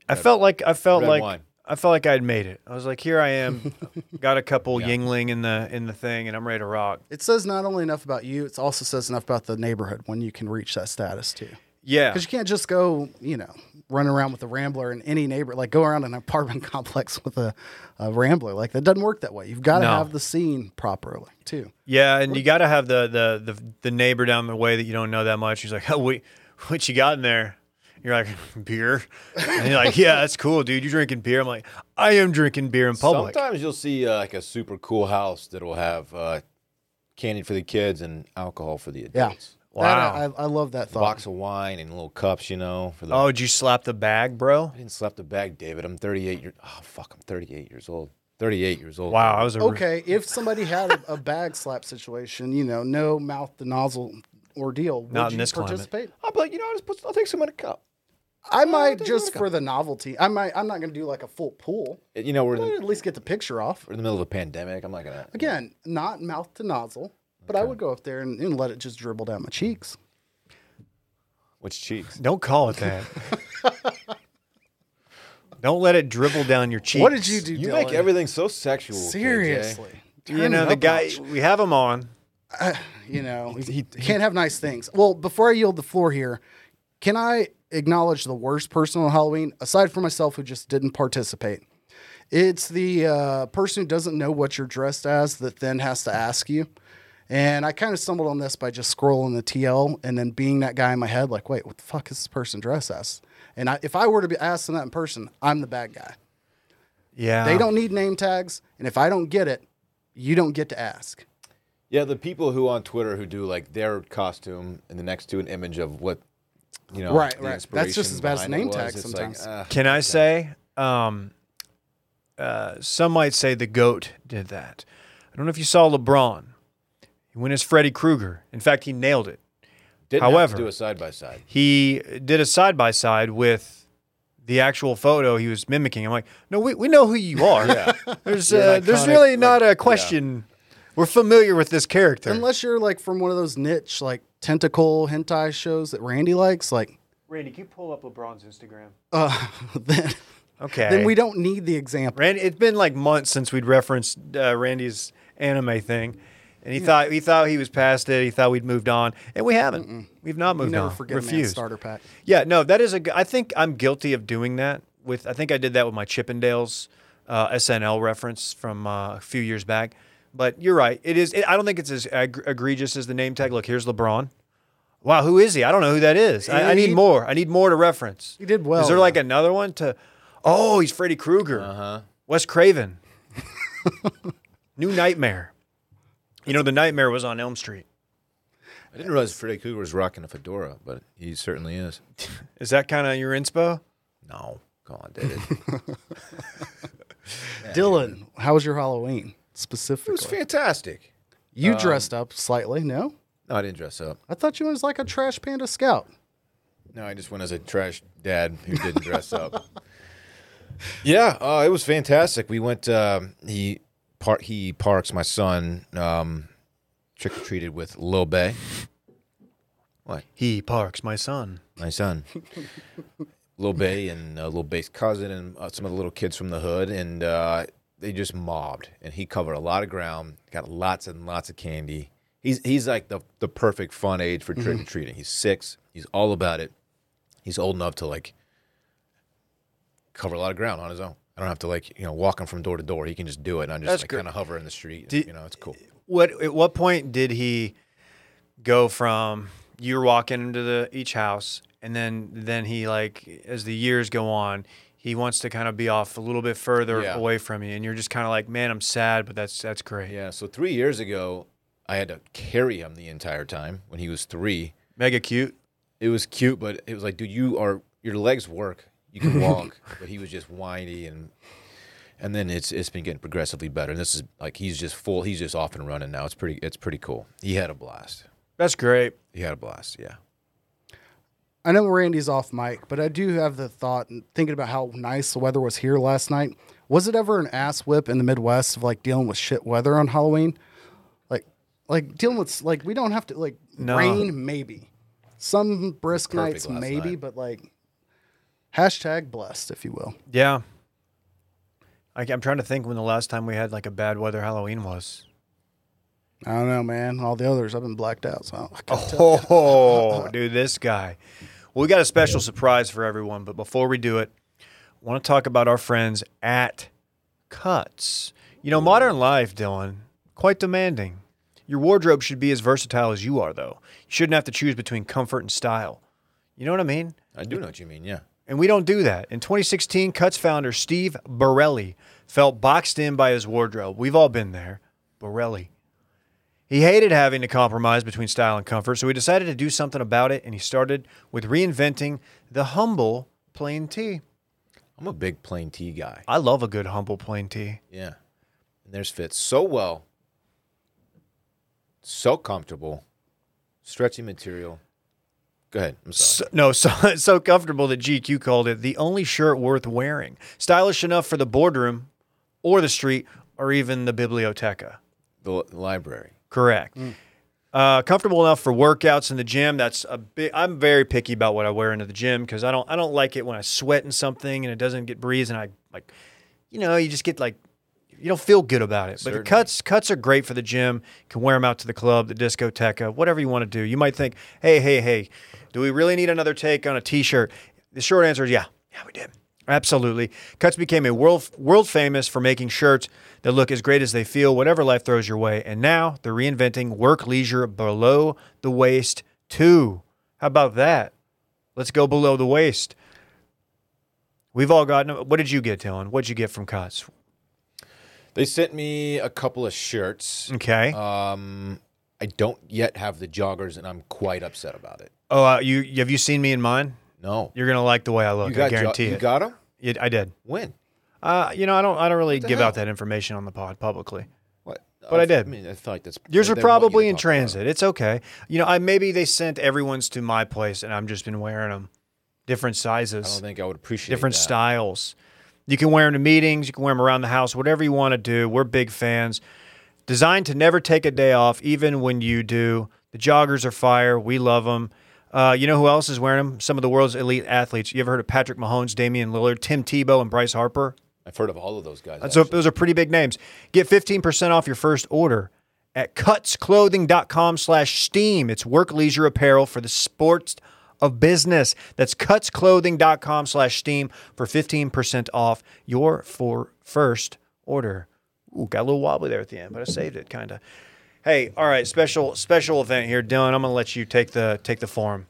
S1: I felt like I felt
S2: red
S1: like
S2: wine.
S1: I felt like I had made it. I was like, here I am,
S3: [LAUGHS]
S1: got a couple Yingling in the in the thing, and I'm ready to rock.
S3: It says not only enough about you, it also says enough about the neighborhood when you can reach that status too.
S1: Yeah,
S3: Because you can't just go, you know, run around with a rambler in any neighbor, like go around an apartment [LAUGHS] complex with a, a rambler. Like that doesn't work that way. You've got to
S1: No.
S3: have the scene properly too.
S1: yeah, and you got to have the, the the the neighbor down the way that you don't know that much. He's like, oh, what what you got in there? You're like [LAUGHS] beer, and you're like, yeah, that's cool, dude. You drinking beer? I'm like, I am drinking beer in
S3: Oh
S1: public.
S2: Sometimes you'll see uh, like a super cool house that will have uh, candy for the kids and alcohol for the
S3: Yeah.
S2: adults.
S3: That,
S1: Wow.
S3: I, I love that thought.
S2: Box of wine and little cups, you know. For the
S1: Oh, did you slap the bag, bro?
S2: I didn't slap the bag, David. I'm 38 years. Oh fuck, I'm 38 years old. 38 years old.
S1: Wow, I was a
S3: Okay, if somebody had a, a bag slap situation, you know, no mouth to nozzle ordeal, would
S1: Not in
S3: you
S1: this climate.
S3: participate?
S2: I'll be like, you know, I'll just put, I'll take some in a cup.
S3: I might just for the novelty. I might. I'm not going to do like a full pool.
S2: You know, we're in,
S3: But
S2: the,
S3: I'd at least get the picture off.
S2: we're in the middle of a pandemic. I'm not gonna.
S3: Again, not mouth to nozzle, but I would go up there and, and let it just dribble down my cheeks.
S2: Which cheeks?
S1: Don't call it
S3: [LAUGHS]
S1: that. Don't let it dribble down your cheeks.
S3: What did you do?
S2: You
S3: Dylan?
S2: make everything so sexual. KJ.
S3: seriously.
S1: You know the guy. We have him on.
S3: You know, he, can't have nice things. Well, before I yield the floor here, can I acknowledge the worst person on Halloween aside from myself who just didn't participate? It's the uh, person who doesn't know what you're dressed as that then has to ask you. And I kind of stumbled on this by just scrolling the TL and then being that guy in my head, like, wait, what the fuck is this person dressed as? And I, if I were to be asked that in person, I'm the bad guy.
S1: Yeah.
S3: They don't need name tags. And if I don't get it, you don't get to ask.
S2: Yeah, the people who on Twitter who do like their costume and the next to an image of what you know.
S3: Right,
S2: the
S3: right. That's
S2: inspiration
S3: just as bad as the
S2: behind it
S3: name
S2: was.
S3: tag
S2: It's
S3: sometimes.
S2: Like, uh,
S1: Can I say? Um, uh, some might say the goat did that. I don't know if you saw LeBron. He went as Freddy Krueger. In fact, he nailed it.
S2: didn't
S1: However-
S2: have to do a side by side.
S1: He did a side by side with the actual photo he was mimicking. I'm like, no, we, we know who you are. [LAUGHS] There's uh, there's
S2: iconic,
S1: really not
S2: like-
S1: a question. We're familiar with this character.
S3: Unless you're like from one of those niche like tentacle hentai shows that Randy likes, like
S1: Randy, can you pull up LeBron's Instagram?
S3: uh, [LAUGHS] then
S1: Okay.
S3: then we don't need the example.
S1: Randy, it's been like months since we'd referenced uh, Randy's anime thing, and
S3: Hmm.
S1: he thought he thought he was past it. He thought we'd moved on, and we haven't. We've not
S3: You
S1: moved
S3: never
S1: on.
S3: forget man
S1: Refused.
S3: starter pack.
S1: Yeah, no, that is a. g- I think I'm guilty of doing that. With I think I did that with my Chippendales uh, SNL reference from uh, a few years back. But you're right. It is. It, I don't think it's as ag- egregious as the name tag. Look, here's LeBron. Wow, who is he? I don't know who that is. I, I need
S3: He-
S1: more. I need more to reference.
S3: He did well,
S1: Is there
S3: though. Uh-huh.
S1: like another one to? Oh, he's Freddy Krueger. Uh huh. Wes
S3: [LAUGHS]
S1: Craven. New Nightmare. You know, the Nightmare was on Elm Street.
S2: I didn't realize Freddy Krueger was rocking a fedora, but he certainly is.
S1: Is that kind of your inspo?
S2: No, come on,
S3: [LAUGHS]
S2: David.
S3: Dylan, how was your Halloween
S2: it was
S3: specifically?
S2: fantastic.
S3: You dressed up slightly, no?
S2: No, I didn't dress up.
S3: I thought you was like a trash panda scout.
S2: No, I just went as a trash dad who didn't dress up. [LAUGHS] Yeah, uh, it was fantastic. We went. Um, he par- he parks my son. Um, trick or treated with Lil Bay. What?
S1: He parks my son.
S2: my son, Lil Bay and uh, Lil Bay's cousin, and uh, some of the little kids from the hood, and uh, they just mobbed. And he covered a lot of ground, got lots and lots of candy. He's he's like the the perfect fun age for trick or
S1: Mm-hmm.
S2: treating. He's six. He's all about it. He's old enough to like cover a lot of ground on his own. I don't have to like you know walk him from door to door. He can just do it, and I
S1: That's
S2: just like,
S1: great.
S2: kind of hover in the street. and,
S1: Did-
S2: you know, it's cool.
S1: What at what point did he go from you're walking into the each house and then then he like as the years go on he wants to kind of be off a little bit further
S2: Yeah.
S1: away from you and you're just kind of like man I'm sad but that's that's great.
S2: Yeah. So three years ago, I had to carry him the entire time when he was three.
S1: Mega cute.
S2: it was cute, but it was like, dude, you are your legs work. You can walk, but he was just whiny and and then it's it's been getting progressively better. And this is like he's just full. He's just off and running now. It's pretty it's pretty cool. He had a blast.
S1: That's great.
S2: He had a blast. Yeah.
S3: I know Randy's off mic, but I do have the thought and thinking about how nice the weather was here last night. Was it ever an ass whip in the Midwest of like dealing with shit weather on Halloween? Like, like dealing with like we don't have to like
S1: No.
S3: rain maybe, some brisk
S2: perfect
S3: nights
S2: last
S3: maybe,
S2: night.
S3: but like hashtag blessed if you will.
S1: Yeah. I, I'm trying to think when the last time we had like a bad weather Halloween was.
S3: I don't know, man. All the others I've been blacked out, so I can't tell.
S1: Oh, dude, this guy. Well, we got a special surprise for everyone, but before we do it, I want to talk about our friends at Cuts. You know, modern life, Dylan, quite demanding. Your wardrobe should be as versatile as you are, though. You shouldn't have to choose between comfort and style. You know what I mean?
S2: I do know what you mean. Yeah.
S1: And we don't do that. In 2016, Cuts founder Steve Borelli felt boxed in by his wardrobe. We've all been there. Borelli. He hated having to compromise between style and comfort, so he decided to do something about it, and he started with reinventing the humble plain tee.
S2: I'm a big plain tee guy.
S1: I love a good humble plain tee.
S2: Yeah. And theirs fits so well. So comfortable. Stretchy material. Go ahead. I'm sorry.
S1: So, no, [LAUGHS] so, so comfortable that GQ called it the only shirt worth wearing. Stylish enough for the boardroom or the street or even the biblioteca.
S2: The li- library.
S1: Correct. Uh, comfortable enough for workouts in the gym. That's a big. I'm very picky about what I wear into the gym because I don't. I don't like it when I sweat in something and it doesn't get breeze and I like, you know, you just get like, you don't feel good about it. But
S2: Certainly.
S1: the cuts cuts are great for the gym. Can wear them out to the club, the discotheca, whatever you want to do. You might think, hey, hey, hey, do we really need another take on a t-shirt? The short answer is yeah, yeah, we did. Absolutely. Cuts became a world world famous for making shirts that look as great as they feel, whatever life throws your way. And now they're reinventing work leisure below the waist too. How about that? Let's go below the waist. We've all gotten. What did you get, Dylan? What'd you get from Cuts?
S2: They sent me a couple of shirts.
S1: Okay.
S2: Um, I don't yet have the joggers, and I'm quite upset about it.
S1: oh, uh, you have you seen me in mine?
S2: No,
S1: You're gonna like the way I look. I
S2: jo-
S1: guarantee
S2: you
S1: it.
S2: got them.
S1: Yeah, I did.
S2: When?
S1: Uh, you know, I don't. I don't really
S2: the
S1: give out
S2: hell?
S1: that information on the pod publicly.
S2: What?
S1: But I did.
S2: I mean, I feel like that's
S1: Yours
S2: they-
S1: are
S2: they want you to
S1: probably in
S2: talk about it.
S1: transit. It's okay. You know, I maybe they sent everyone's to my place, and I've just been wearing them, different
S2: I don't
S1: sizes,
S2: think I would appreciate
S1: different
S2: that.
S1: styles. You can wear them to meetings. You can wear them around the house. Whatever you want to do. We're big fans. Designed to never take a day off, even when you do. The joggers are fire. We love them. Uh, you know who else is wearing them? Some of the world's elite athletes. You ever heard of Patrick Mahomes, Damian Lillard, Tim Tebow, and Bryce Harper?
S2: I've heard of all of those guys.
S1: So
S2: actually.
S1: those are pretty big names. Get 15% off your first order at cutsclothing.com slash steam. It's work leisure apparel for the sports of business. That's cutsclothing.com slash steam for 15% off your for first order. Ooh, got a little wobbly there at the end, but I saved it kind of. Hey, all right, special special event here, Dylan. I'm gonna let you take the take the form.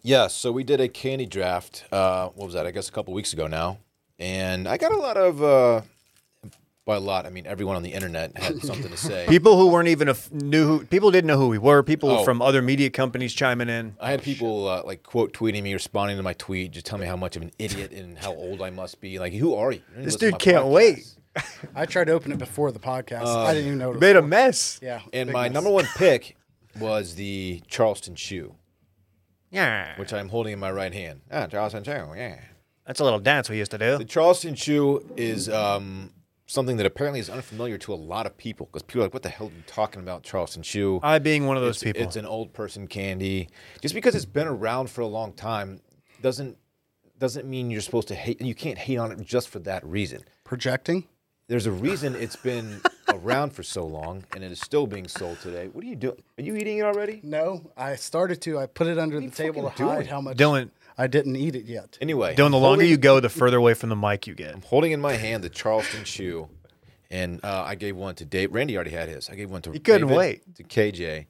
S2: Yeah, so we did a candy draft. Uh, what was that? I guess a couple weeks ago now, and I got a lot of. Uh, by a lot, I mean everyone on the internet
S1: [LAUGHS]
S2: had something to say.
S1: People who weren't even a, f- knew who people didn't know who we were. People
S2: Oh.
S1: from other media companies chiming in.
S2: I had people uh, like quote tweeting me, responding to my tweet, just tell me how much of an idiot and how old I must be. Like, who are you? You don't even
S1: This
S2: listen to
S1: dude
S2: my
S1: can't wait.
S3: I tried to open it before the podcast. I didn't even notice.
S1: Made a mess.
S3: yeah,
S2: Uh, And
S3: big
S2: my
S3: mess.
S2: number one pick was the Charleston shoe,
S1: Yeah.
S2: which I'm holding in my right hand. Ah, Charleston shoe, yeah.
S1: That's a little dance we used to do.
S2: The Charleston shoe is um, something that apparently is unfamiliar to a lot of people because people are like, what the hell are you talking about, Charleston Chew?
S1: I being one of those
S2: it's,
S1: Uh, people.
S2: It's an old person candy. Just because it's been around for a long time doesn't doesn't mean you're supposed to hate. You can't hate on it just for that reason.
S3: Projecting?
S2: There's a reason
S1: [LAUGHS]
S2: it's been around for so long, and it is still being sold today. What are you doing? Are you eating it already?
S3: No, I started to. I put it under the table to
S2: fucking doing?
S3: hide how much
S1: Dylan,
S3: I didn't eat it yet.
S2: Anyway,
S1: Dylan, the
S2: I'm
S1: longer
S2: holding-
S1: you [LAUGHS] go, the further away from the mic you get.
S2: holding in my hand the Charleston Chew, and uh, I gave one to Dave. Randy already had his. I gave one to he
S1: couldn't wait.
S2: to KJ,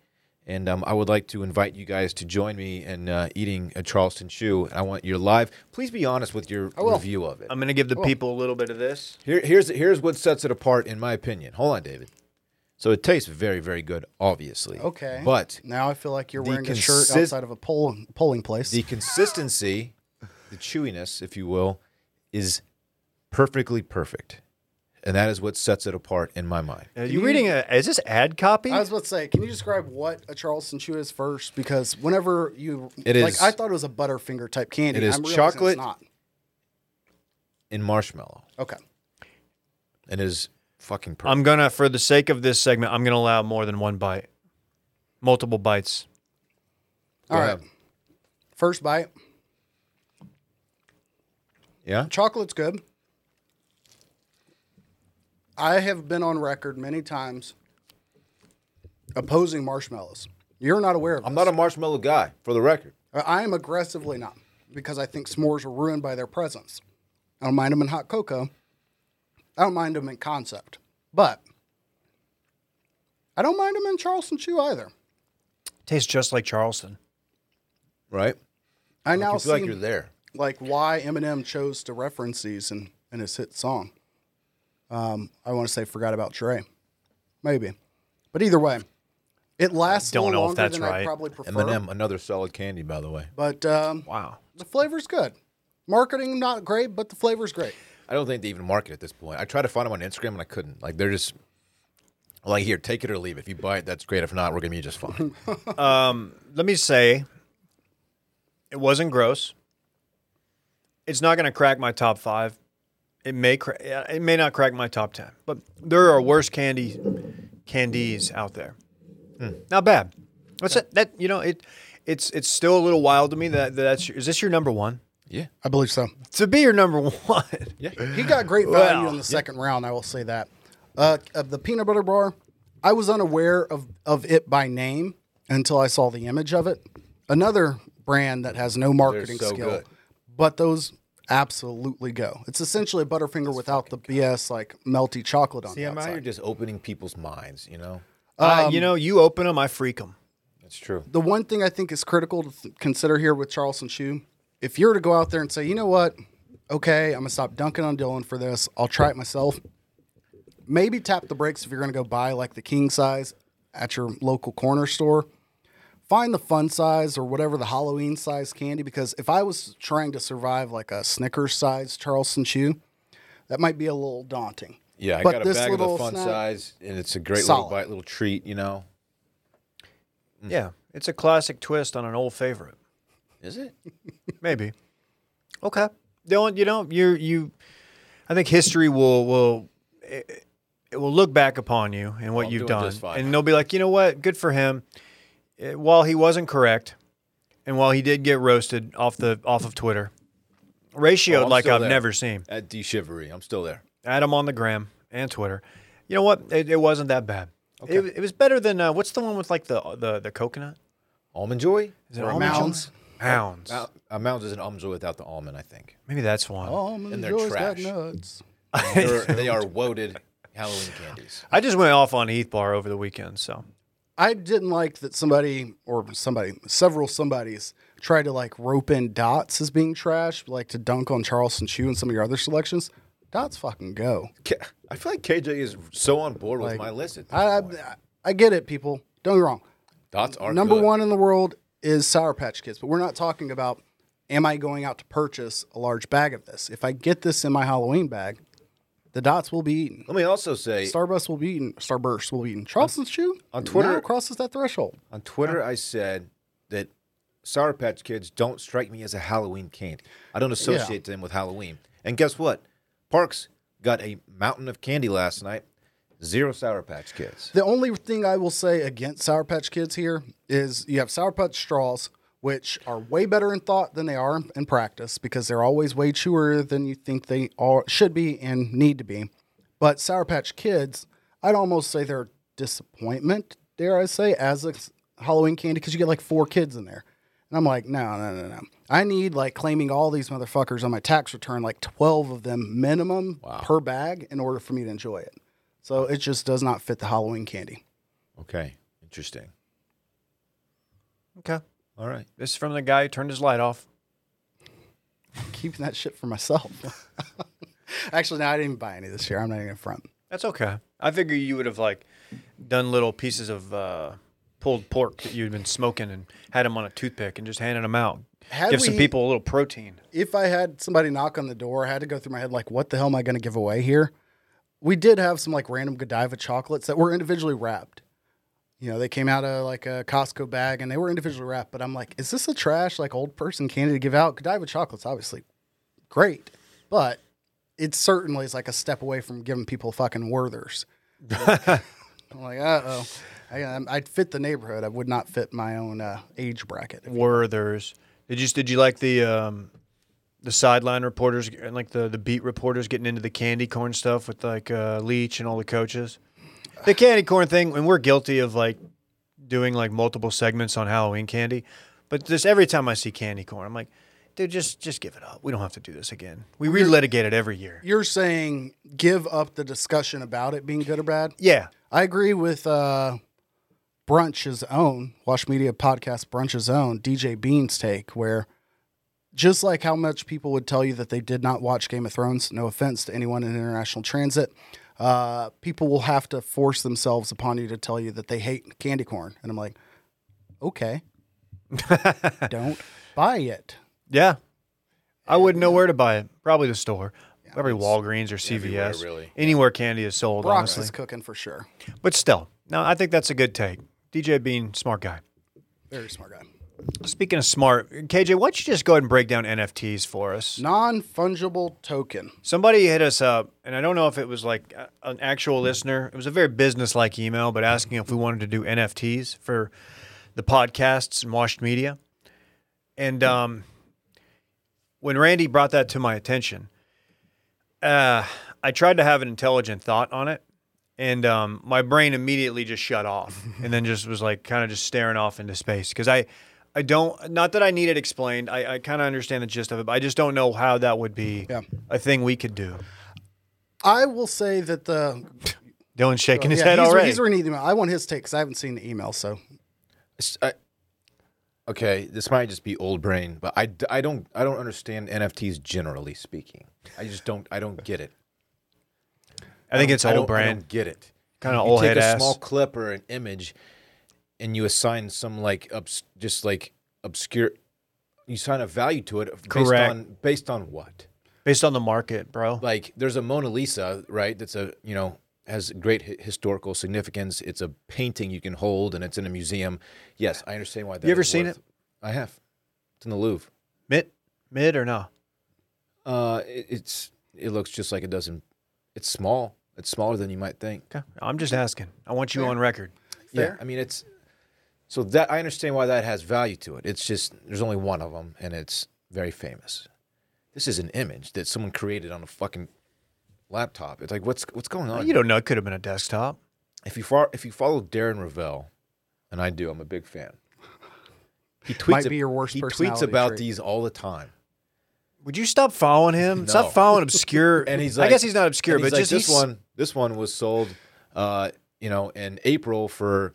S2: and um, I would like to invite you guys to join me in uh, eating a Charleston Chew. And I want your live. Please be honest with your review of it.
S1: I'm going to give the people a little bit of this.
S2: Here, here's here's what sets it apart in my opinion. Hold on, David. So it tastes very very good, obviously.
S3: Okay.
S2: But
S3: now I feel like you're
S2: the
S3: wearing a shirt
S2: consist-
S3: outside of a poll- polling place.
S2: the consistency, the chewiness, if you will, is perfectly perfect, and that is what sets it apart in my mind.
S1: Are you reading a? Is this ad copy?
S3: I was about to say, can you describe what a Charleston Chew is first? Because whenever you,
S2: It
S3: like,
S2: is-
S3: I thought it was a Butterfinger type candy.
S2: It is
S3: I'm realizing
S2: chocolate.
S3: It's not.
S2: in marshmallow.
S3: Okay.
S2: It is fucking perfect.
S1: I'm going to, for the sake of this segment, I'm going to allow more than one bite, multiple bites.
S3: All right.
S2: ahead.
S3: First bite.
S2: yeah.
S3: Chocolate's good. I have been on record many times opposing marshmallows. You're not aware of
S2: I'm
S3: this.
S2: not a marshmallow guy, for the record.
S3: Uh, I am aggressively not because I think s'mores are ruined by their presence. I don't mind them in hot cocoa. I don't mind them in concept, but I don't mind them in Charleston Chew either.
S1: Tastes just like Charleston.
S2: Right?
S3: I
S2: I
S3: now
S2: feel
S3: see
S2: like
S3: like,
S2: you're there.
S3: why Eminem chose to reference these in, in his hit song. Um, I want to say forgot about Dre, maybe, but either way, it lasts
S1: don't
S3: a
S1: know
S3: little
S1: if
S3: longer
S1: that's
S3: than
S1: right.
S3: I probably prefer.
S2: M&M, another solid candy, by the way.
S3: but um,
S1: Wow.
S3: the flavor's good. Marketing not great, but the flavor's great.
S2: I don't think they even market at this point. I tried to find them on Instagram and I couldn't. Like they're just like here, take it or leave. it. If you buy it, that's great. If not, we're gonna be just
S3: [LAUGHS]
S2: fine.
S1: Let me say, it wasn't gross. It's not going to crack my top five. It may cra- yeah, it may not crack my top ten, but there are worse candy candies out there. Not bad. That's it. That you know it. It's it's still a little wild to me that that's your, is this your number one
S2: yeah.
S3: I believe so.
S1: to be your number [LAUGHS] one.
S2: Yeah.
S3: He got great value
S1: Wow.
S3: in the second round. I will say that. Uh, of the peanut butter bar, I was unaware of of it by name until I saw the image of it. Another brand that has no marketing
S2: so
S3: skill,
S2: good.
S3: but those absolutely go. It's essentially a Butterfinger without the BS like melty chocolate on the
S2: Yeah, I'm out
S3: outside.
S2: here just opening people's minds, you know?
S1: I- Uh, you know, you open them, I freak them.
S2: That's true.
S3: the one thing I think is critical to th- consider here with Charleston Shoe, if you were to go out there and say, you know what, okay, I'm gonna stop dunking on Dylan for this. I'll try it myself. Maybe tap the brakes if you're gonna go buy like the king size at your local corner store. Find the fun size or whatever the Halloween size candy because if I was trying to survive like a Snickers size Charleston Chew, that might be a little daunting.
S2: Yeah, I
S3: But
S2: got a
S3: this
S2: bag of the
S3: little
S2: fun
S3: snack-
S2: size and it's a great little
S3: Solid.
S2: bite, little treat, you know.
S1: Yeah, it's a classic twist on an old favorite.
S2: Is it?
S1: Maybe. Okay. Dylan, you know, you you I think history will will it, it will look back upon you and what
S2: I'm
S1: you've
S2: doing
S1: done.
S2: just fine.
S1: And they'll be like, "You know what? Good for him. Eh, while he wasn't correct and while he did get roasted off the off of Twitter. Ratioed
S2: Oh, I'm
S1: like
S2: still
S1: I've
S2: there.
S1: never seen.
S2: At D Shivery. I'm still there.
S1: Add him on the gram and Twitter. You know what? It, it wasn't that bad. It, it was better than uh, what's the one with like the the, the coconut?
S2: Almond Joy?
S1: Is it
S2: Or
S1: almond joy?
S3: Mounds?
S1: Mounds.
S2: Al- uh, Mounds is an almond joy without the almond, I think. [LAUGHS]
S1: Maybe that's one.
S3: Almond
S2: And they're
S3: Joy's got
S2: trash.
S3: nuts.
S2: They're, they are woaded Halloween candies.
S1: I just went off on Heath Bar over the weekend, so
S3: I didn't like that somebody or somebody, several somebodies tried to like rope in dots as being trash, like to dunk on Charleston Chew and some of your other selections. Dots fucking go.
S2: K- I feel like KJ is so on board with my list. At this
S3: I, I,
S2: point.
S3: I get it, people. Don't get me wrong.
S2: Dots are
S3: Number
S2: good.
S3: one in the world is Sour Patch Kids, but we're not talking about am I going out to purchase a large bag of this? If I get this in my Halloween bag, the dots will be eaten.
S2: Let me also say
S3: Starburst will be eaten. Starburst will be eaten. Charleston Chew
S2: on Twitter-
S3: now crosses that threshold.
S2: on Twitter, I said that Sour Patch Kids don't strike me as a Halloween candy. I don't associate them with Halloween. And guess what? Parks, Got a mountain of candy last night. Zero Sour Patch Kids.
S3: The only thing I will say against Sour Patch Kids here is you have Sour Patch straws, which are way better in thought than they are in, in practice because they're always way chewier than you think they are should be and need to be. But Sour Patch Kids, I'd almost say they're a disappointment, dare I say, as a s- Halloween candy because you get like four kids in there. And I'm like, no, no, no, no. I need like claiming all these motherfuckers on my tax return, like 12 of them minimum per bag in order for me to enjoy it. So it just does not fit the Halloween candy.
S2: Okay. Interesting.
S1: Okay.
S2: All right.
S1: This is from the guy who turned his light off.
S3: Keeping that shit for myself. [LAUGHS] Actually, no, I didn't even buy any this year. I'm not even front.
S1: That's okay. I figure you would have like done little pieces of uh, pulled pork that you'd been smoking and had them on a toothpick and just handed them out.
S3: Had
S1: Give some
S3: we-
S1: people a little protein.
S3: If I had somebody knock on the door, I had to go through my head like, what the hell am I going to give away here? We did have some like random Godiva chocolates that were individually wrapped. You know, they came out of like a Costco bag and they were individually wrapped. But I'm like, is this a trash like old person candy to give out? Godiva chocolates, obviously, great, but it certainly is like a step away from giving people fucking Werthers. I'm like, uh oh. I, I'm- I'd fit the neighborhood. I would not fit my own uh, age bracket.
S1: Werthers. Did you did you like the um, the sideline reporters and like the, the beat reporters getting into the candy corn stuff with like uh, Leach and all the coaches? The candy corn thing, and we're guilty of like doing like multiple segments on Halloween candy. But just every time I see candy corn, I'm like, dude, just just give it up. We don't have to do this again. We relitigate it every year.
S3: You're saying give up the discussion about it being good or bad?
S1: Yeah.
S3: I agree with uh, Brunch's own, Wash Media Podcast Brunch's own, DJ Bean's take, where just like how much people would tell you that they did not watch Game of Thrones, no offense to anyone in international transit, uh, people will have to force themselves upon you to tell you that they hate candy corn. And I'm like, okay, don't buy it.
S1: Yeah. I wouldn't know where to buy it. Probably the store. Probably Walgreens or
S2: everywhere,
S1: CVS.
S2: really.
S1: Anywhere candy is sold,
S3: Brock's
S1: honestly.
S3: is cooking for sure.
S1: But still, no, I think that's a good take. DJ Bean, smart guy.
S3: Very smart guy.
S1: Speaking of smart, KJ, why don't you just go ahead and break down NFTs for us?
S3: Non fungible token.
S1: Somebody hit us up, and I don't know if it was like a- an actual listener. It was a very business-like email, but asking if we wanted to do NFTs for the podcasts and washed media. And um, when Randy brought that to my attention, uh, I tried to have an intelligent thought on it, and um, my brain immediately just shut
S2: [LAUGHS]
S1: off, and then just was like kind of just staring off into space because I, I don't not that I need it explained. I, I kind of understand the gist of it, but I just don't know how that would be
S3: Yeah.
S1: a thing we could do.
S3: I will say that the
S1: Dylan's shaking his
S3: yeah,
S1: head
S3: he's,
S1: already.
S3: he's reading the email. I want his take because I haven't seen the email. So
S2: S- I- okay, this might just be old brain, but I, d- I don't I don't understand NFTs generally speaking. I just don't I don't get it.
S1: I think it's
S2: I
S1: old
S2: don't- I
S1: brand,
S2: don't get it.
S1: kind
S2: you
S1: of old
S2: take
S1: head
S2: a
S1: ass.
S2: small clip or an image and you assign some like obs- just like obscure you assign a value to it based
S1: Correct.
S2: on based on what
S1: based on the market, bro.
S2: like there's a mona lisa right that's a you know has great hi- historical significance it's a painting you can hold and it's in a museum yes i understand why that
S1: You ever
S2: is
S1: seen
S2: worth- i have it's in the louvre
S1: Mid, mid or no?
S2: uh it, it's it looks just like it does in it's small it's smaller than you might think
S1: Okay, I'm just asking. I want you on record.
S2: Yeah, I mean it's so that I understand why that has value to it. It's just there's only one of them, and it's very famous. This is an image that someone created on a fucking laptop. It's like what's what's going on?
S1: You don't know. It could have been a desktop.
S2: if you follow, if you follow Darren Ravel, and I do, I'm a big fan. He tweets
S3: Might be your worst
S2: He tweets
S3: personality
S2: about
S3: trait.
S2: these all the time.
S1: Would you stop following him?
S2: [LAUGHS] No.
S1: Stop following obscure.
S2: [LAUGHS] and he's
S1: I
S2: like-
S1: guess he's not obscure,
S2: and he's
S1: but
S2: like,
S1: just
S2: this
S1: he's-
S2: one. This one was sold, uh, you know, in April for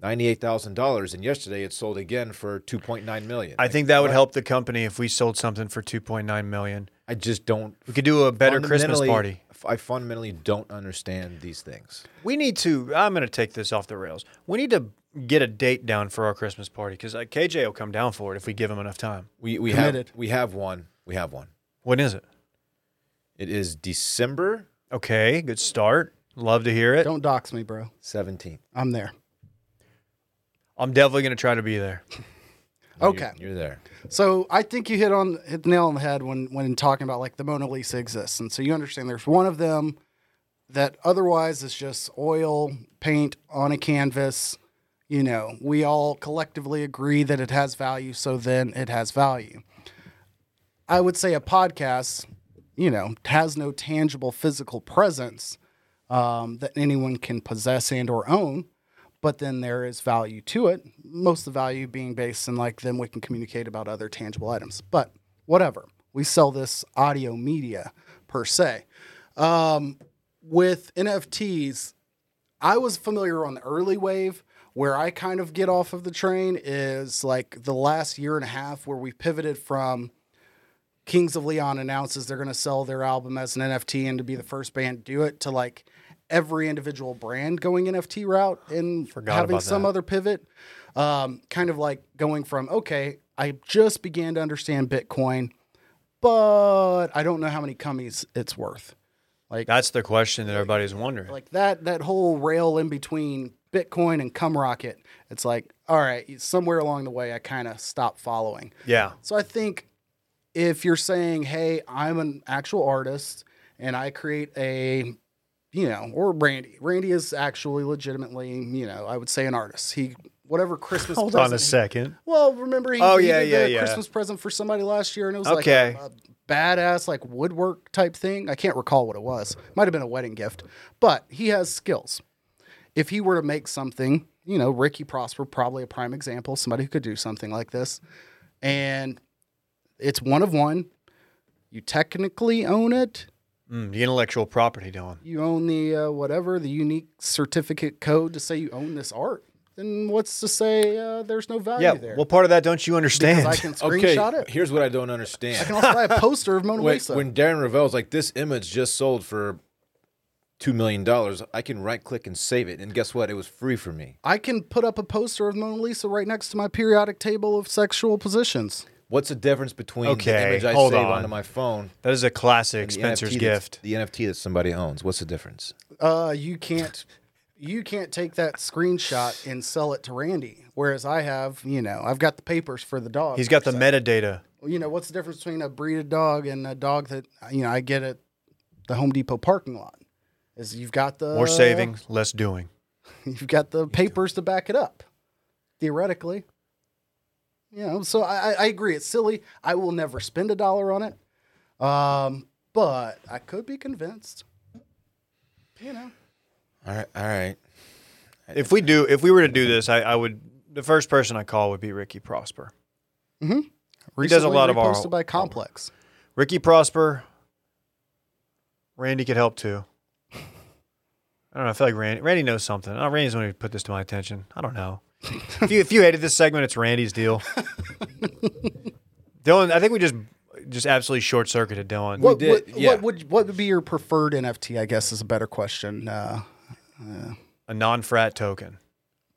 S2: ninety-eight thousand dollars, and yesterday it sold again for two point nine million.
S1: I think that would help the company if we sold something for 2.9 million.
S2: I just don't.
S1: We could do a better Christmas
S2: fundamentally-
S1: party.
S2: f- I fundamentally don't understand these things.
S1: We need to. I'm going to take this off the rails. We need to get a date down for our Christmas party because uh, KJ will come down for it if we give him enough time.
S2: We we
S3: Committed.
S2: have we have one. We have one.
S1: When is it?
S2: It is December
S1: Okay, good start. Love to hear it.
S3: don't dox me, bro.
S2: seventeenth.
S3: I'm there.
S1: I'm definitely going to try to be there.
S2: You're-
S3: Okay.
S2: You're, there.
S3: So I think you hit on hit the nail on the head when when talking about like the Mona Lisa exists, and so you understand there's one of them that otherwise is just oil paint on a canvas. You know, we all collectively agree that it has value, so then it has value. I would say a podcast, you know, has no tangible physical presence um, that anyone can possess and or own, but then there is value to it. Most of the value being based in like then we can communicate about other tangible items. But whatever, we sell this audio media per se. Um, with NFTs, I was familiar on the early wave. Where I kind of get off of the train is like the last year and a half where we pivoted from Kings of Leon announces they're going to sell their album as an NFT and to be the first band to do it to like every individual brand going NFT route and having
S1: about
S3: some
S1: that.
S3: other pivot. Um, kind of like going from, okay, I just began to understand Bitcoin, but I don't know how many cummies it's worth. Like,
S1: That's the question that everybody's wondering.
S3: like that that whole rail in between Bitcoin and cum rocket. It's like, all right, somewhere along the way, I kind of stopped following.
S1: yeah.
S3: So I think if you're saying, "Hey, I'm an actual artist and I create a," you know, or Randy. Randy is actually legitimately, you know, I would say an artist. He whatever Christmas.
S1: Hold on
S3: present
S1: a second.
S3: well, remember he,
S1: Oh,
S3: he
S1: yeah,
S3: did
S1: yeah,
S3: the
S1: yeah.
S3: Christmas present for somebody last year, and it was
S1: Okay.
S3: like a, a badass like woodwork type thing. I can't recall what it was. Might have been a wedding gift, but he has skills. If he were to make something, you know, Ricky Prosper probably a prime example, somebody who could do something like this, and it's one of one. You technically own it.
S1: Mm, the intellectual property, Don.
S3: You own the uh, whatever the unique certificate code to say you own this art. Then what's to say uh, there's no value
S1: Yeah.
S3: there?
S1: What part of that don't you understand? [LAUGHS]
S3: I can
S2: Okay.
S3: screenshot it.
S2: Here's what I don't
S3: I can
S2: understand.
S3: also buy a poster of Mona
S2: When,
S3: Lisa.
S2: when Darren Ravel's like, this image just sold for two million dollars, I can right click and save it, and guess what? It was free for me.
S3: I can put up a poster of Mona Lisa right next to my periodic table of sexual positions.
S2: What's the difference between
S1: Okay,
S2: the image I
S1: hold
S2: save
S1: on.
S2: onto my phone
S1: that is a classic
S2: and the
S1: Spencer's
S2: NFT that's-
S1: gift.
S2: The NFT that somebody owns. What's the difference?
S3: Uh, you can't, you can't take that screenshot and sell it to Randy. Whereas I have, you know, I've got the papers for the dog.
S1: He's got the metadata.
S3: you know, what's the difference between a breeded dog and a dog that you know I get at the Home Depot parking lot? Is you've got the
S1: More saving, less doing.
S3: [LAUGHS] You've got the papers to back it up, theoretically. You know, so I, I- I agree. It's silly. I will never spend a dollar on it, um, but I could be convinced. You know,
S2: All right, all right.
S1: If we do, if we were to do this, I, I would. The first person I call would be Ricky Prosper. He does a lot of our-
S3: posted Mm-hmm. by Complex.
S1: Ricky Prosper. Randy could help too. I don't know. I feel like Randy. Randy knows something. Oh, Randy's the one who put this to my attention. I don't know. if you if you hated this segment, it's Randy's deal. Dylan, I think we just just absolutely short circuited Dylan.
S3: What,
S2: did,
S3: what,
S2: yeah.
S3: what would what would be your preferred NFT? I guess is a better question. Uh,
S1: A non frat token.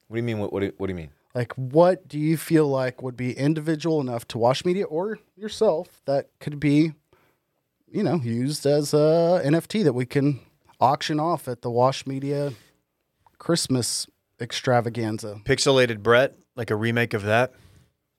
S2: What do you mean? What, what, do, you- what do you mean?
S3: like, what do you feel like would be individual enough to Wash Media or yourself that could be, you know, used as a NFT that we can auction off at the Wash Media Christmas
S2: [LAUGHS]
S3: extravaganza?
S1: Pixelated Brett, like a remake of that.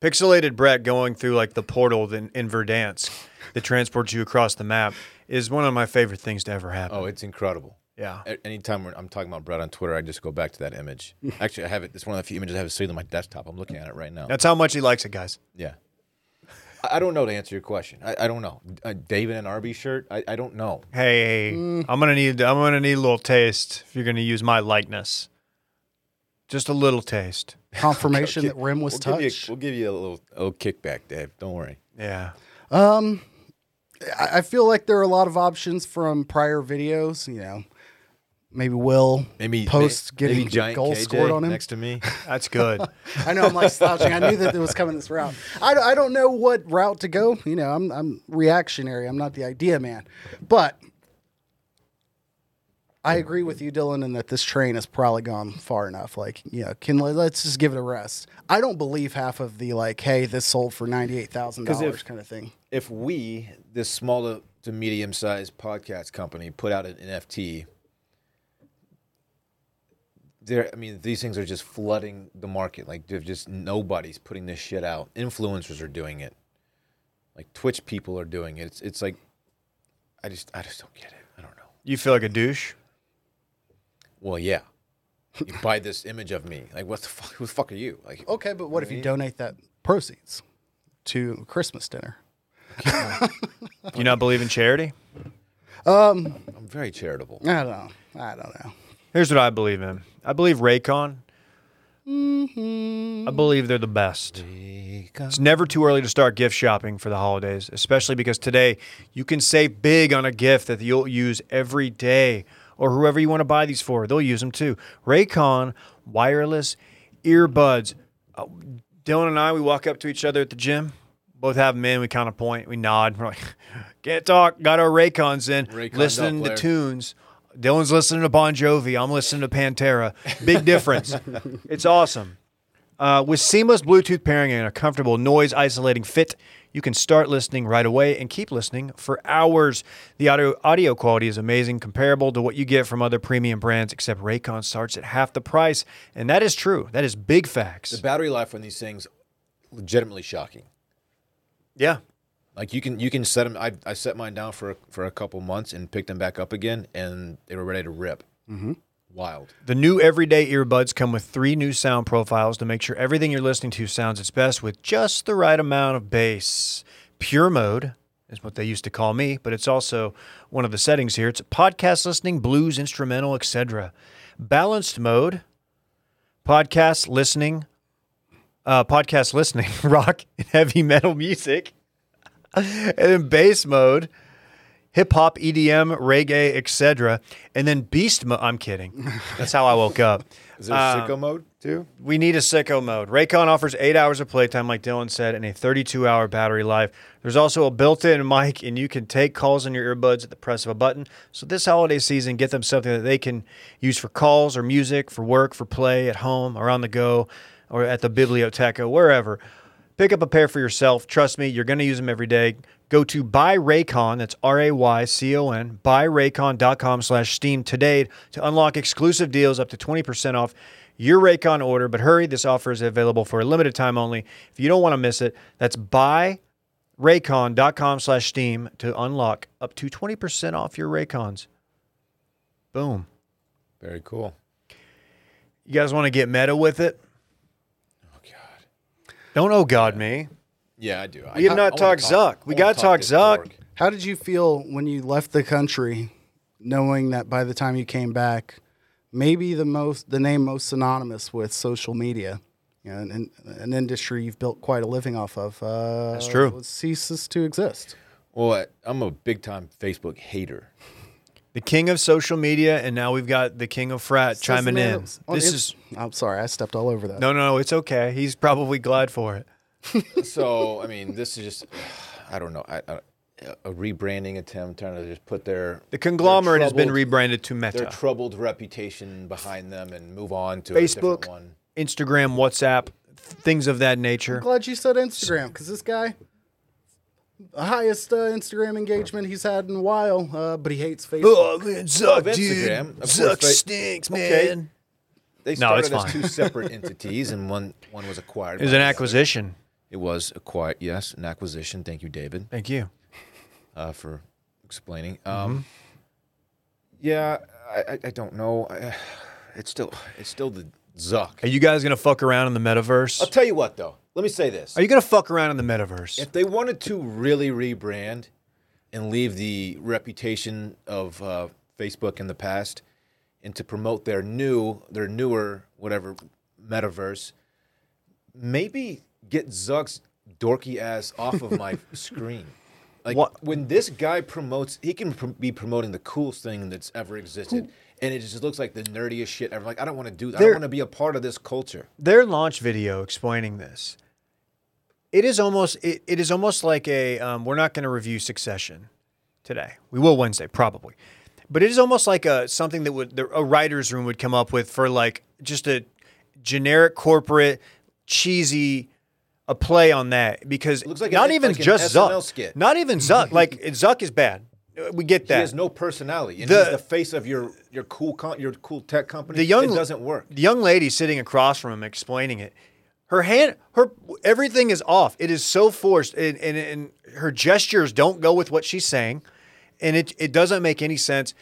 S1: Pixelated Brett going through like the portal in, in Verdance that transports you across the map is one of my favorite things to ever happen.
S2: Oh, it's incredible.
S1: yeah.
S2: A- Anytime when I'm talking about Brad on Twitter, I just go back to that
S1: [LAUGHS]
S2: image. Actually, I have it. It's one of the few images I have saved on my desktop. I'm looking at it right now.
S1: That's how much he likes it, guys.
S2: Yeah. I, I don't know to answer your question. I, I don't know. A David and Arby shirt? I, I don't know.
S1: Hey, I'm gonna need I'm gonna need a little taste if you're gonna use my likeness. Just a little taste.
S3: Confirmation that Rim was
S2: We'll give, you,
S3: touched.
S2: we'll give you a little, a little kickback, Dave. Don't worry.
S1: Yeah.
S3: Um, I I feel like there are a lot of options from prior videos. You know, maybe Will
S2: Maybe
S3: post
S2: maybe
S3: getting
S2: giant
S3: goals
S2: KJ
S3: scored on him
S2: next to me.
S1: That's good.
S3: I know I'm like slouching. I knew that it was coming this route. I, don't- I don't know what route to go. You know, I'm I'm reactionary. I'm not the idea man, but I agree with you, Dylan, in that this train has probably gone far enough. Like, you know, can let's just give it a rest. I don't believe half of the like, hey, this sold for ninety eight thousand dollars kind of thing.
S2: if we, this small to, to medium sized podcast company, put out an NFT, there. I mean, these things are just flooding the market. Like, there's just nobody's putting this shit out. Influencers are doing it. Like Twitch people are doing it. It's it's like, I just I just don't get it. I don't know.
S1: You feel like a douche.
S2: Well, yeah. You buy this [LAUGHS] image of me. Like, what the fuck? Who the fuck are you? Like,
S3: Okay, but what if you donate that proceeds to Christmas dinner?
S1: Do you not believe in charity?
S2: I'm very charitable.
S3: I don't know. I don't know.
S1: Here's what I believe in. I believe Raycon. I believe they're the best. It's never too early to start gift shopping for the holidays, especially because today you can save big on a gift that you'll use every day, or whoever you want to buy these for, they'll use them too. Raycon wireless earbuds. Uh, Dylan and I, we walk up to each other at the gym. Both have them in. We kind of point, we nod. [LAUGHS] We're like, can't talk. Got our Raycons in,
S2: Rayconed up,
S1: listening to
S2: Blair.
S1: tunes. Dylan's listening to Bon Jovi. I'm listening to Pantera. Big difference. it's awesome. Uh, with seamless Bluetooth pairing and a comfortable noise isolating fit, you can start listening right away and keep listening for hours. The audio, audio quality is amazing, comparable to what you get from other premium brands, except Raycon starts at half the price. And that is true. That is big facts.
S2: The battery life on these things, legitimately shocking.
S1: Yeah.
S2: Like you can you can set them. I, I set mine down for for a couple months and picked them back up again, and they were ready to rip. Mm-hmm. Wild.
S1: The new everyday earbuds come with three new sound profiles to make sure everything you're listening to sounds its best with just the right amount of bass. Pure mode is what they used to call me, but it's also one of the settings here. It's podcast listening, blues, instrumental, etc. Balanced mode, podcast listening, uh, podcast listening, [LAUGHS] rock and heavy metal music, [LAUGHS] and then bass mode hip hop, EDM, E reggae, etc. And then beast mode. I'm kidding. That's how I woke up.
S2: Is there sicko mode too?
S1: We need a sicko mode. Raycon offers eight hours of playtime, like Dylan said, and a 32 hour battery life. There's also a built in mic, and you can take calls on your earbuds at the press of a button. So, this holiday season, get them something that they can use for calls or music, for work, for play, at home, or on the go, or at the biblioteca, wherever. Pick up a pair for yourself. Trust me, you're going to use them every day. Go to buy Raycon, that's R A Y C O N, buyraycon.com slash Steam today to unlock exclusive deals up to 20% off your Raycon order. But hurry, this offer is available for a limited time only. If you don't want to miss it, that's buyraycon.com slash Steam to unlock up to 20% off your Raycons. Boom.
S2: Very cool.
S1: You guys want to get meta with it?
S2: Oh god.
S1: Don't oh God me.
S2: Yeah, I do.
S1: We have not talked Zuck. We gotta talk Zuck.
S3: How did you feel when you left the country, knowing that by the time you came back, maybe the most the name most synonymous with social media, you know, an, an, an industry you've built quite a living off of, uh, that's
S1: true.
S3: ceases to exist.
S2: Well, I- I'm a big time
S1: [LAUGHS]
S2: Facebook hater.
S1: The king of social media, and now we've got the king of frat chiming
S3: Says the man
S1: in.
S3: that was on
S1: This
S3: Inst-
S1: is
S3: I'm sorry, I stepped all over that.
S1: no, no, no. It's okay. He's probably glad for it.
S2: so I mean, this is just [SIGHS] I don't know. I, I, a rebranding attempt trying to just put their
S1: The conglomerate has been
S2: troubled-
S1: rebranded to
S2: their
S1: Meta.
S2: troubled reputation behind them and move on to a
S1: Facebook,
S2: different one.
S1: Instagram, WhatsApp, things of that nature.
S3: Glad you said Instagram because this guy, the highest uh, Instagram engagement he's had in a while, uh, but he hates Facebook.
S1: Oh man, Zuck,
S2: Of
S1: dude.
S2: Instagram, of
S1: Zuck
S2: course, right.
S1: stinks,
S2: Okay.
S1: man.
S2: They
S1: No, it's
S2: started as
S1: fine.
S2: two separate entities, and one one was acquired.
S1: It was
S2: by
S1: an
S2: the other.
S1: acquisition.
S2: It was acquired. Yes, an acquisition. Thank you, David,
S1: Thank you.
S2: uh, for explaining. Um,
S1: Mm-hmm.
S2: Yeah, I, I- I don't know. [SIGHS] I, it's still it's still the Zuck.
S1: Are you guys gonna fuck around in the metaverse?
S2: I'll tell you what, though. Let me say this:
S1: Are you gonna fuck around in the metaverse?
S2: if they wanted to really rebrand and leave the reputation of uh, Facebook in the past, and to promote their new, their newer, whatever metaverse, maybe get Zuck's dorky ass off of
S1: [LAUGHS]
S2: my screen. Like
S1: What-
S2: when this guy promotes, he can pr- be promoting the coolest thing that's ever existed, and it just looks like the nerdiest shit ever. Like I don't want to do that. I
S1: There-
S2: don't want to be a part of this culture.
S1: their launch video explaining this it is almost it, it is almost like a um, we're not going to review succession today we will wednesday probably but it is almost like a something that would the, a writer's room would come up with for like just a generic corporate cheesy a play on that because
S2: Looks like
S1: not
S2: an-
S1: even
S2: like an
S1: just
S2: SNL
S1: zuck
S2: skit.
S1: not even zuck like zuck is bad we get
S2: He
S1: that.
S2: has no personality. And
S1: The-
S2: he's the face of your your cool com- your cool tech company.
S1: the young
S2: it doesn't work.
S1: The young lady sitting across from him explaining it. Her hand, her everything is off. It is so forced, and, and and her gestures don't go with what she's saying, and it it doesn't make any sense.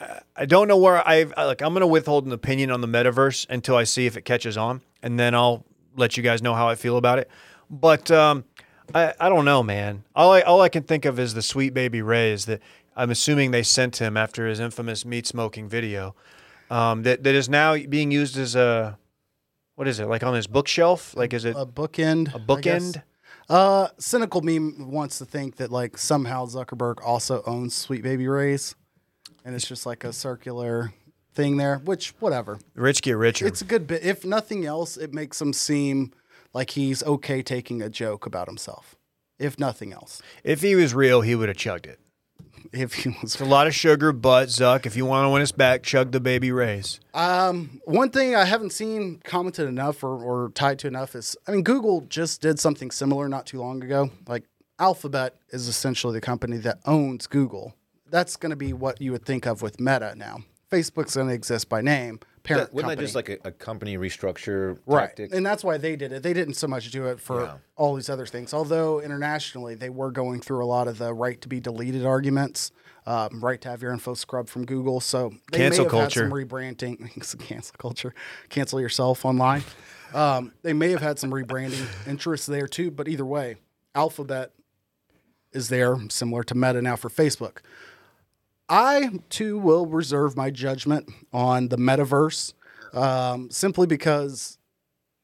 S1: I- I don't know where I've I- like. I'm gonna withhold an opinion on the metaverse until I see if it catches on, and then I'll let you guys know how I feel about it. But um, I I don't know, man. All I all I can think of is the sweet baby Ray is that I'm assuming they sent him after his infamous meat smoking video um, that that is now being used as a what is it like on his bookshelf? Like is it
S3: a bookend. A
S1: bookend?
S3: Uh, cynical meme wants to think that like somehow Zuckerberg also owns Sweet Baby Ray's, and it's just like a circular thing there. Which whatever,
S1: Rich get richer.
S3: it's a good bit. If nothing else, it makes him seem like he's okay taking a joke about himself. If nothing else,
S1: if he was real, he would have chugged it.
S3: if he was
S1: A lot of sugar, but Zuck, if you want to win us back, chug the baby rays.
S3: Um, one thing I haven't seen commented enough or, or tied to enough is, I mean, Google just did something similar not too long ago. Like Alphabet is essentially the company that owns Google. That's going to be what you would think of with Meta now. Facebook's going to exist by name, parent
S2: That, wasn't that
S3: company,
S2: just like a, a company restructure
S3: right?
S2: tactic?
S3: And that's why they did it. They didn't so much do it for all these other things. Although internationally, they were going through a lot of the right to be deleted arguments. Um, right to have your info scrubbed from Google, so they
S1: Cancel
S3: may have
S1: culture.
S3: Had some rebranding, [LAUGHS] cancel culture, cancel yourself online. Um, they may have had some rebranding interests there too, but either way, Alphabet is there, similar to Meta now for Facebook. I too will reserve my judgment on the metaverse, um, simply because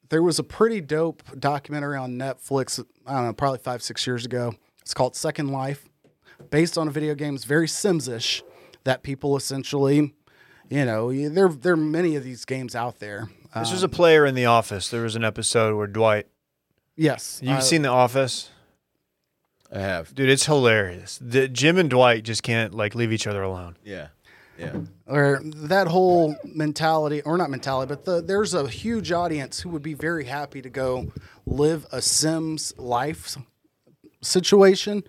S3: there was a pretty dope documentary on Netflix. I don't know, probably five six years ago. It's called Second Life based on a video game is very Sims-ish that people essentially, you know, y- there there are many of these games out there. Uh,
S1: This was a player in The Office. There was an episode where Dwight.
S3: yes,
S1: You've
S3: uh,
S1: seen The Office,
S2: I have.
S1: dude. It's hilarious. The, Jim and Dwight just can't like leave each other alone.
S2: Yeah.
S1: [LAUGHS]
S2: Yeah. [LAUGHS]
S3: or that whole mentality, or not mentality, but the, there's a huge audience who would be very happy to go live a Sims life situation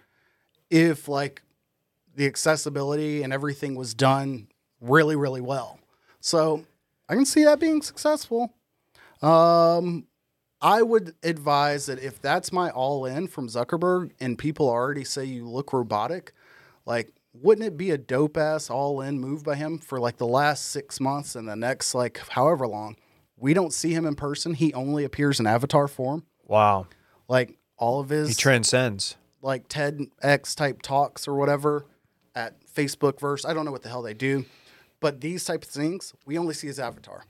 S3: if like the accessibility and everything was done really really well. So I can see that being successful. Um, I would advise that if that's my all in from Zuckerberg and people already say you look robotic, like, wouldn't it be a dope ass all in move by him for like the last six months and the next, like, however long? We don't see him in person. He only appears in avatar form.
S1: Wow,
S3: Like, all of his
S1: he transcends.
S3: like TEDx type talks or whatever at Facebook verse. I don't know what the hell they do, but these type of things we only see his avatar.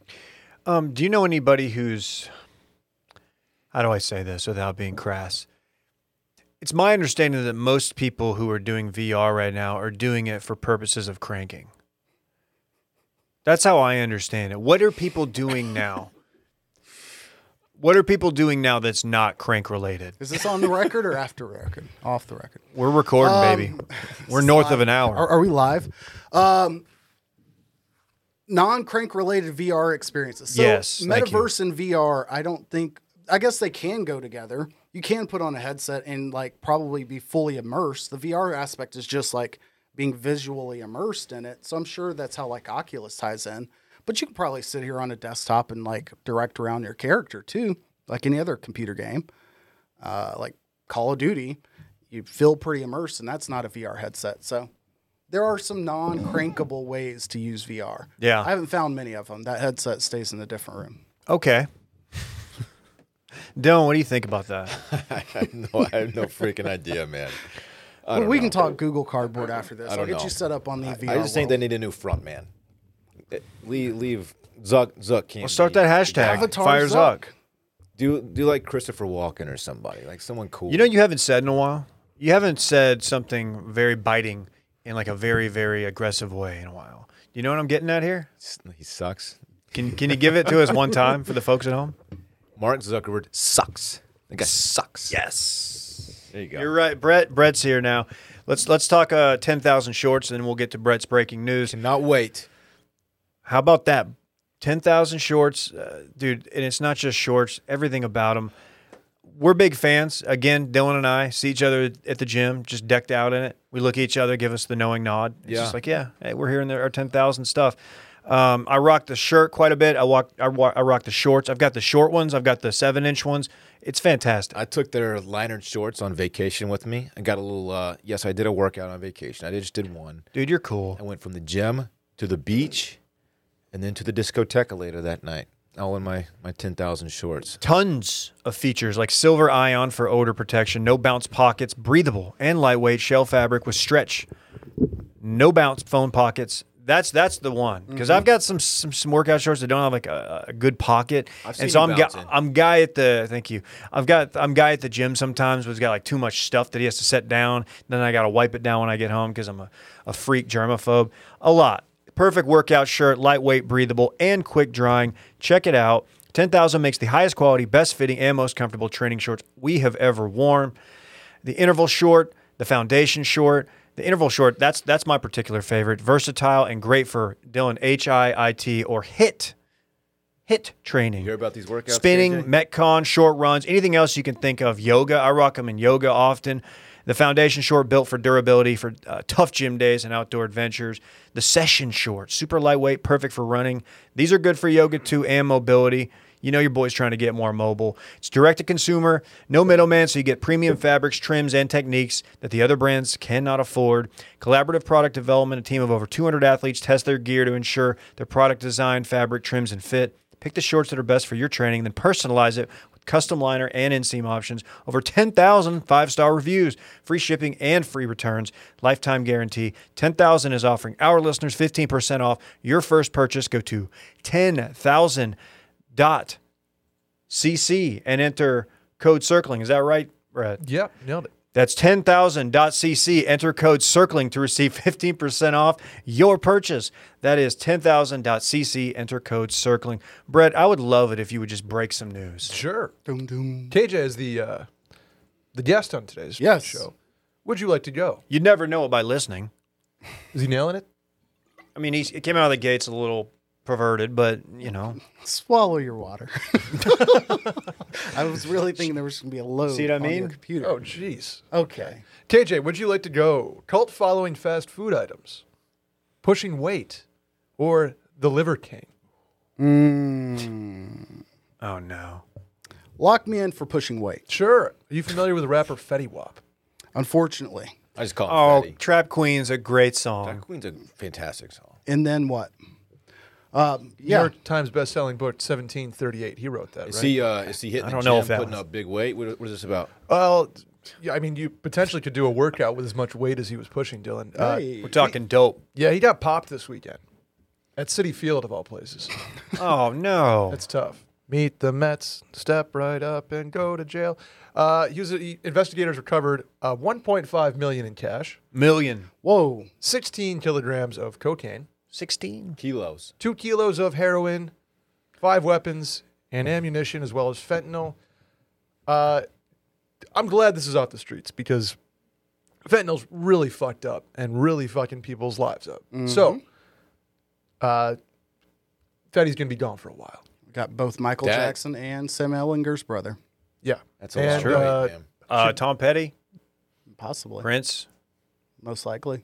S1: Um, do you know anybody who's how do I say this without being crass? It's my understanding that most people who are doing VR right now are doing it for purposes of cranking. That's how I understand it. What are people doing now? what are people doing now that's not crank related?
S3: Is this on the record or [LAUGHS] after record? Off the record.
S1: We're recording, baby. [LAUGHS] We're north of an hour.
S3: Are, are we live? Um, non crank related VR experiences. So
S1: Yes, thank you.
S3: metaverse and VR. I don't think. I guess they can go together. You can put on a headset and like probably be fully immersed. The VR aspect is just like being visually immersed in it. So I'm sure that's how like Oculus ties in. But you can probably sit here on a desktop and like direct around your character too, like any other computer game uh, like Call of Duty, you feel pretty immersed, and that's not a VR headset. So there are some non-crankable ways to use VR.
S1: Yeah.
S3: I haven't found many of them. That headset stays in a different room.
S1: okay. Dylan, what do you think about that?
S2: I have no, I have no freaking idea,
S1: [LAUGHS]
S2: man. I
S3: But
S2: don't
S3: we
S2: know.
S3: can talk Google Cardboard after this. I'll
S2: don't
S3: get
S2: know.
S3: you set up on the VR.
S2: I just think they need a new front man. Eh, Leave, leave Zuck. Zuck can't.
S1: Let's start
S2: be-
S1: that hashtag.
S3: Avatar
S1: Fire
S3: Zuck.
S1: Zuck.
S2: Do do like Christopher Walken or somebody, like someone cool.
S1: You know, you haven't said in a while. You haven't said something very biting in like a very, very aggressive way in a while. You know what I'm getting at here?
S2: S- he sucks.
S1: Can Can you give it to us one time for the folks at home?
S2: Mark Zuckerberg sucks. That guy sucks.
S1: Yes.
S2: There you go.
S1: You're right, Brett. Brett's here now. Let's let's talk uh, ten thousand shorts, and then we'll get to Brett's breaking news.
S2: Cannot wait.
S1: How about that? 10,000 shorts, uh, dude. And it's not just shorts, everything about them. we're big fans. Again, Dylan and I see each other at the gym, just decked out in it. We look at each other, give us the knowing nod. It's
S2: Yeah.
S1: just like, yeah, hey, we're here in there, our 10,000 stuff. Um, I rock the shirt quite a bit. I walk, I, wa- I rock the shorts. I've got the short ones. I've got the seven inch ones. It's fantastic.
S2: I took their liner shorts on vacation with me. I got a little. Uh, yes, I did a workout on vacation. I just did one.
S1: Dude, you're cool.
S2: I went from the gym to the beach, and then to the discotheca later that night. All in my my ten thousand shorts.
S1: Tons of features like silver ion for odor protection, no bounce pockets, breathable and lightweight shell fabric with stretch, no bounce phone pockets. That's that's the one because
S2: Mm-hmm.
S1: I've got some, some some workout shorts that don't have like a, a good pocket,
S2: I've seen
S1: and so I'm
S2: you
S1: guy,
S2: bouncing.
S1: I'm guy at the thank you. I've got I'm guy at the gym sometimes who's got like too much stuff that he has to set down. Then I got to wipe it down when I get home because I'm a, a freak germaphobe. A lot. Perfect workout shirt, lightweight, breathable, and quick drying. Check it out. 10,000 makes the highest quality, best fitting, and most comfortable training shorts we have ever worn. The interval short, the foundation short, the interval short, that's that's my particular favorite. Versatile and great for Dylan H I I T or HIT. HIT training
S2: You hear about these workouts?
S1: spinning,
S2: JJ?
S1: metcon, short runs, anything else you can think of. Yoga, I rock them in yoga often. The foundation short built for durability for uh, tough gym days and outdoor adventures. The session short, super lightweight, perfect for running. These are good for yoga too and mobility. You know your boy's trying to get more mobile. It's direct to consumer, no middleman, so you get premium fabrics, trims, and techniques that the other brands cannot afford. Collaborative product development, a team of over 200 athletes test their gear to ensure their product design, fabric, trims, and fit. Pick the shorts that are best for your training, then personalize it with custom liner and inseam options. Over 10,000 five star reviews, free shipping and free returns, lifetime guarantee. 10,000 is offering our listeners 15% off your first purchase. Go to 10,000.cc and enter code circling. Is that right, Brett?
S4: Yep, nailed it.
S1: That's 10,000.cc. Enter code CIRCLING to receive 15% off your purchase. That is 10,000.cc. Enter code CIRCLING. Brett, I would love it if you would just break some news.
S4: Sure.
S3: Doom, doom.
S4: KJ is the uh, the guest on today's
S3: Yes.
S4: show. Would you like to go?
S1: You'd never know it by listening.
S4: Is he nailing it?
S1: I mean, he he came out of the gates a little perverted, but, you know.
S3: Swallow your water. [LAUGHS] I was really thinking there was going to be a load
S1: See what I
S3: on your
S1: mean?
S3: computer.
S4: Oh, jeez.
S3: okay.
S4: KJ, would you like to go? Cult following fast food items, pushing weight, or the Liver King?
S2: Mm.
S1: Oh, no.
S3: Lock me in for pushing weight.
S4: Sure. Are you familiar with the rapper Fetty Wap?
S3: Unfortunately.
S2: I just call
S1: Oh,
S2: him Fatty.
S1: Trap Queen's a great song.
S2: Queen's a fantastic song.
S3: And then what? Um, yeah.
S4: New York Times best-selling book 1738. He wrote that, right?
S2: Is he uh, is he hitting?
S1: I don't
S2: the
S1: know
S2: gym,
S1: if that
S2: putting
S1: was-
S2: up big weight. What, what is this about?
S4: well, yeah, I mean, you potentially could do a workout with as much weight as he was pushing, Dylan. Uh,
S3: Hey.
S1: We're talking dope.
S4: Yeah, he got popped this weekend at City Field of all places.
S1: Oh, no.
S4: That's tough. Meet the Mets, step right up and go to jail. Uh, he was, he- investigators recovered uh, 1.5 million in cash,
S1: Million.
S3: Whoa.
S4: 16 kilograms of cocaine,
S1: 16.
S2: Kilos.
S4: two kilos of heroin, five weapons and ammunition, as well as fentanyl. Uh, I'm glad this is off the streets because fentanyl's really fucked up and really fucking people's lives up. So, uh, Fetty's gonna be gone for a while.
S3: We got both Michael
S2: That-
S3: Jackson and Sam Ellinger's brother.
S4: Yeah,
S2: That's a
S4: And,
S2: lot of weight,
S4: uh,
S2: man.
S1: Uh, Tom Petty,
S3: Possibly.
S1: Prince.
S3: Most likely.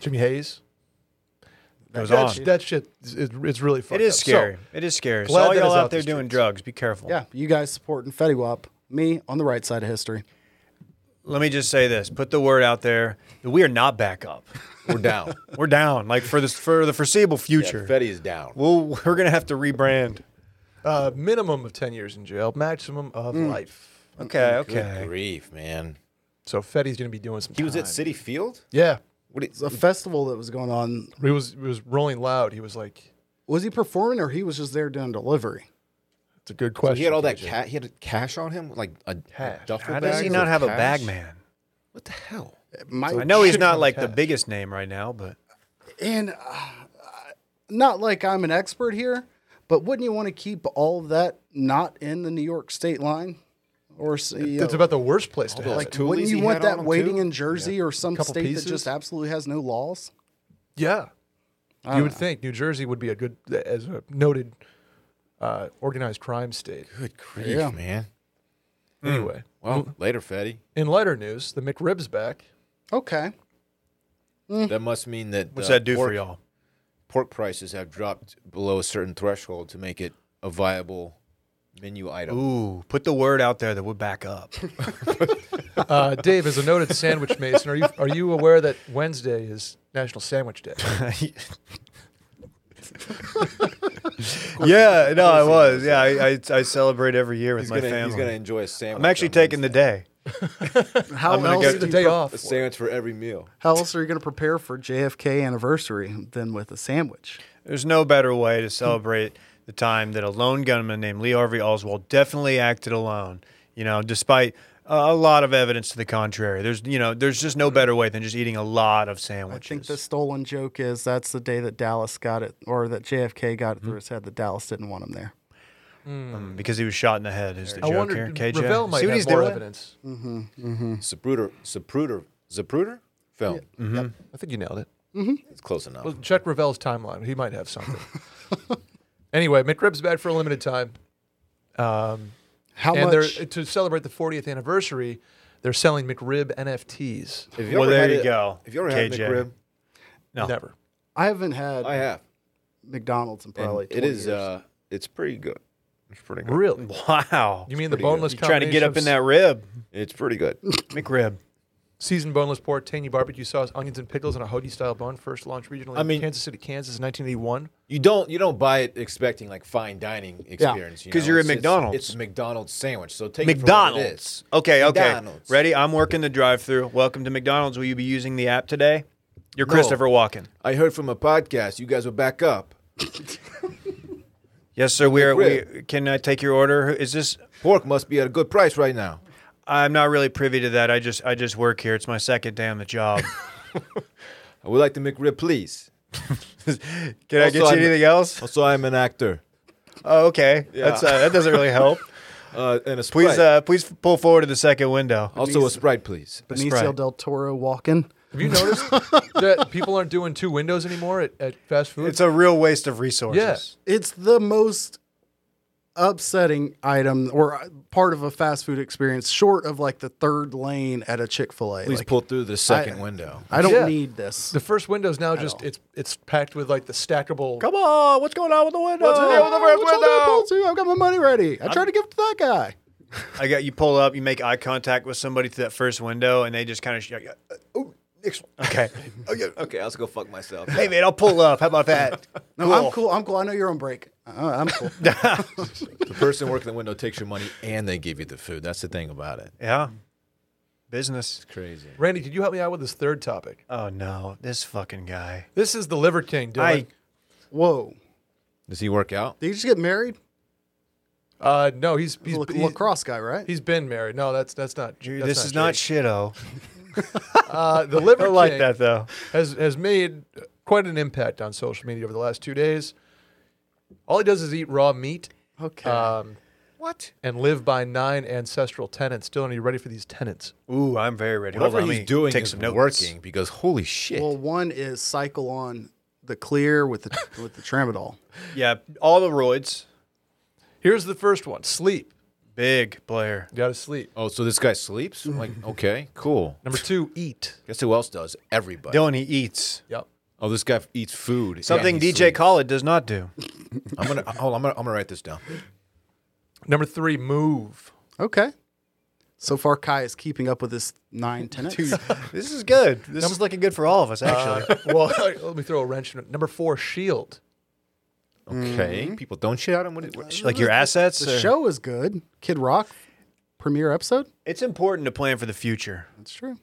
S4: Jimmy Hayes.
S1: Goes
S4: that,
S1: on.
S4: that shit, is- it, it's really fucked
S1: It is
S4: up. So,
S1: scary. it is scary. So
S4: glad
S1: all
S4: that
S1: y'all
S4: it's
S1: out
S4: off the
S1: there doing
S4: streets.
S1: drugs, be careful.
S3: Yeah. You guys supporting Fetty Wap. Me on the right side of history.
S1: Let me just say this: put the word out there that we are not back up. [LAUGHS]
S2: We're down.
S1: We're down, like for this for the foreseeable
S2: yeah,
S1: future.
S2: Fetty is down.
S1: we'll, we're gonna have to rebrand.
S4: uh, minimum of 10 years in jail, maximum of
S2: Mm.
S4: life.
S1: Okay,
S2: Good
S1: okay.
S2: grief, man.
S4: So Fetty's going to be doing some
S2: He was at
S4: time.
S2: City Field.
S4: Yeah.
S2: What
S3: It's
S2: is,
S3: a festival that was going on.
S4: He was, he was rolling loud. He was like,
S3: Was he performing or he was just there doing delivery?
S4: it's a good question.
S2: he had all that
S4: KJ.
S2: ca- he had cash on him, like a,
S4: Cash.
S2: a duffel
S1: How
S2: bag.
S1: does he
S2: full
S1: not
S2: of
S1: have a
S2: cash?
S1: bag man?
S2: What the hell?
S3: My,
S1: I know he's
S4: Shit
S1: not
S4: on
S1: like the
S4: cash.
S1: biggest name right now,
S2: Uh,
S1: but
S3: And uh, not like I'm an expert here, but wouldn't you want to keep all of that not in the New York state line? Or see,
S4: It's about the worst place to have
S2: Like
S4: it.
S2: toolies
S3: wouldn't you
S2: he
S3: want
S2: had on
S3: that
S2: him,
S3: waiting
S2: too?
S3: in Jersey or some
S4: Couple
S3: state
S4: pieces?
S3: that just absolutely has no laws?
S4: Yeah. You would think New Jersey would be a good, as a noted uh, organized crime state.
S2: Hmm. Good grief,
S3: Yeah.
S2: man.
S4: Anyway,
S2: Well,
S1: Mm.
S2: later, Fetty.
S4: in lighter news, the McRib's back.
S3: Okay.
S2: That must mean that
S1: Mm. What's
S2: uh,
S1: that do
S2: pork,
S1: for y'all?
S2: Pork prices have dropped below a certain threshold to make it a viable menu item.
S1: Ooh, put the word out there that we're back
S2: [LAUGHS]
S1: up.
S4: Uh, Dave, as a noted sandwich mason, are you are you aware that Wednesday is National Sandwich
S2: [LAUGHS]
S4: Day?
S1: yeah, no, I was. Yeah, I, I, I celebrate every year with
S2: He's
S1: my
S2: gonna,
S1: family.
S2: he's gonna enjoy a sandwich.
S1: I'm actually
S2: on
S1: taking the
S2: Wednesday.
S1: day.
S3: How
S1: gonna
S3: else
S1: go-
S3: do
S4: the
S3: you
S4: day
S3: pre-
S4: off.
S2: A sandwich for every meal.
S3: How else are you going to prepare for JFK anniversary than with a sandwich?
S1: There's no better way to celebrate the time that a lone gunman named Lee Harvey Oswald definitely acted alone. You know, despite a a lot of evidence to the contrary. There's you know, there's just no better way than just eating a lot of
S3: I
S1: sandwiches.
S3: think the stolen joke is that's the day that Dallas got it, or that JFK
S2: Hmm.
S3: got it through his head that Dallas didn't want him there.
S1: Mm, because he was shot in the head is the
S4: Hmm. I
S1: joke
S4: wonder.
S1: here. KJ,
S4: Ravel might
S1: see what
S4: have
S1: he's
S4: more
S1: doing?
S4: evidence.
S1: Mm.
S2: Zapruder, Zapruder, Zapruder film.
S1: Mm-hmm.
S4: I think you nailed it.
S2: It's close enough.
S4: Well, check Ravel's timeline. He might have something. [LAUGHS] anyway, McRib's back for a limited time. Um,
S3: How
S4: and
S3: much?
S4: they're to celebrate the 40th anniversary. They're selling McRib NFTs.
S2: If
S1: Well,
S2: ever
S1: there
S2: had
S1: you
S2: it-
S1: go,
S2: If you ever had
S1: KJ.
S2: McRib,
S1: No.
S4: Never.
S3: I haven't had
S2: I have.
S3: McDonald's in
S2: And
S3: probably.
S2: it
S3: 20
S2: is.
S3: years.
S2: Uh, it's pretty good. It's pretty good.
S4: Really?
S1: [LAUGHS] Wow.
S4: You mean the
S2: pretty good.
S4: boneless?
S1: You're trying to get
S4: combination
S1: up
S4: of
S1: in that rib.
S2: It's pretty good.
S1: McRib.
S4: Seasoned boneless pork, tangy barbecue sauce, onions and pickles, and a hoagie style bun. First launched regionally
S2: I
S4: in
S2: mean-
S4: Kansas City, Kansas, in 1981.
S2: You don't. You don't buy it expecting like fine dining experience. you
S1: 'Cause
S2: know?
S1: you're at
S2: It's- it's-
S1: McDonald's.
S2: It's, a McDonald's sandwich. So take It for what it
S1: McDonald's.
S2: is.
S1: Okay, okay.
S2: McDonald's.
S1: Ready? I'm working the drive through. Welcome to McDonald's. Will you be using the app today? You're
S2: No.
S1: Christopher Walken.
S2: I heard from a podcast. You guys were back up.
S1: Yes, sir. We are. We,
S2: McRib.
S1: can I take your order? Who- Is this?
S2: Pork must be at a good price right now.
S1: I'm not really privy to that. I just I just work here. It's my second day on the [LAUGHS] job.
S2: I would like the McRib, please. [LAUGHS]
S1: Can I get you
S2: Also, I'm-
S1: anything else?
S2: Also, I'm an actor.
S1: [LAUGHS] Oh, okay. That's, uh, that doesn't really [LAUGHS] help.
S2: Uh, and a sprite.
S1: Please uh, please pull forward to the second window.
S2: also a sprite, please.
S3: Benicio
S1: Sprite.
S3: del Toro walking.
S4: Have you noticed that people aren't doing two windows anymore at, at fast food?
S1: It's a real waste of resources.
S4: Yeah.
S3: It's the most upsetting item or uh, part of a fast food experience, short of like the third lane at a Chick Fil A.
S2: Please
S3: Like,
S2: pull through the second window.
S3: I don't
S4: Yeah.
S3: need this.
S4: The first window's now just it's it's packed with like the stackable.
S1: Come on, what's going on with the window?
S2: What's
S3: Oh,
S2: going on with the first
S3: Which one do I pull to? I've got my money ready. I tried to give it to that guy.
S1: I got you pull up, you make eye contact with somebody through that first window, and they just kind of sh- uh, oh next one. Okay,
S2: Okay, I'll just go fuck
S1: [LAUGHS]
S2: myself.
S1: oh, hey man, I'll pull up. How about [LAUGHS] that?
S3: No, I'm cool. I'm cool. I know you're on break. Uh, I'm
S4: [LAUGHS]
S3: cool.
S2: The person working the window takes your money and they give you the food. That's the thing about it.
S1: Yeah, business.
S2: Crazy.
S4: Randy, could you help me out with this third topic?
S1: Oh no, this fucking guy.
S4: This is the Liver King, Dylan.
S1: I
S3: Whoa.
S2: Does he work out?
S3: Did you just get married?
S4: Uh, no, he's he's,
S3: He's a
S4: he's,
S3: lacrosse guy, right?
S4: he's been married. No, that's that's not.
S1: Drew,
S4: that's
S1: this is not
S4: Jake.
S1: shitto.
S4: uh, the
S1: [LAUGHS]
S4: Liver
S1: I like
S4: King
S1: that though.
S4: has has made quite an impact on social media over the last two days. All he does is eat raw meat
S3: okay.
S4: um,
S2: What?
S4: and live by nine ancestral tenets. Dylan, are you ready for these tenets?
S1: Ooh, I'm very ready. Hold
S2: Whatever
S1: on, let
S2: he's
S1: me
S2: doing
S1: take
S2: is
S1: some notes.
S2: working because holy shit.
S3: well, one is cycle on the clear with
S4: [LAUGHS]
S3: the with the tramadol.
S1: Yeah, all the roids.
S4: Here's the first one: sleep.
S1: Big player.
S4: You gotta sleep.
S2: oh, so this
S1: [LAUGHS]
S2: guy sleeps? I'm like, okay, cool.
S4: Number two, eat.
S2: Guess who else does? Everybody.
S1: Dylan, he eats
S4: Yep.
S2: Oh, this guy eats food.
S1: something
S2: and he
S1: DJ
S2: sleeps.
S1: Khaled does not do.
S2: I'm gonna uh, hold. I'm gonna, I'm gonna write this down.
S4: Number three, move.
S3: Okay. So far, Kai is keeping up with his nine
S4: [LAUGHS]
S3: tenets.
S1: [LAUGHS] this is good. [LAUGHS] This is looking good for all of us, actually.
S4: well, [LAUGHS] let me throw a wrench in it. Number four, shield.
S2: Okay,
S1: Mm-hmm.
S2: people don't shit out him. What,
S1: [LAUGHS]
S2: what,
S1: like your assets.
S3: the
S1: or-
S3: show is good. Kid Rock premiere episode.
S1: It's important to plan for the future.
S3: That's true.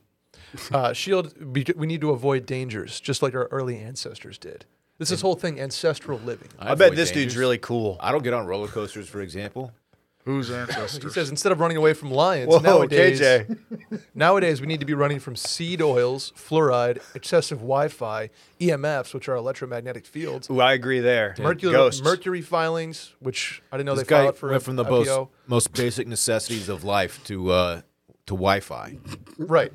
S4: Uh, shield. be- We need to avoid dangers, just like our early ancestors did. This
S2: Mm.
S4: is whole thing ancestral living.
S1: I bet this dude's really cool.
S2: I don't get on roller coasters, for example.
S5: Whose
S4: He
S5: ancestors?
S4: says instead of running away from lions,
S1: Whoa,
S4: nowadays
S1: KJ.
S4: nowadays we need to be running from seed oils, fluoride, excessive Wi-Fi, EMFs, which are electromagnetic
S1: [LAUGHS]
S4: fields,
S1: Ooh, I agree there.
S4: mercury
S1: Ghosts.
S4: mercury filings, which I didn't know
S2: This
S4: they
S2: guy
S4: filed for
S2: went from the most,
S4: IPO.
S2: most basic necessities of life to uh, to Wi-Fi. [LAUGHS]
S4: Right.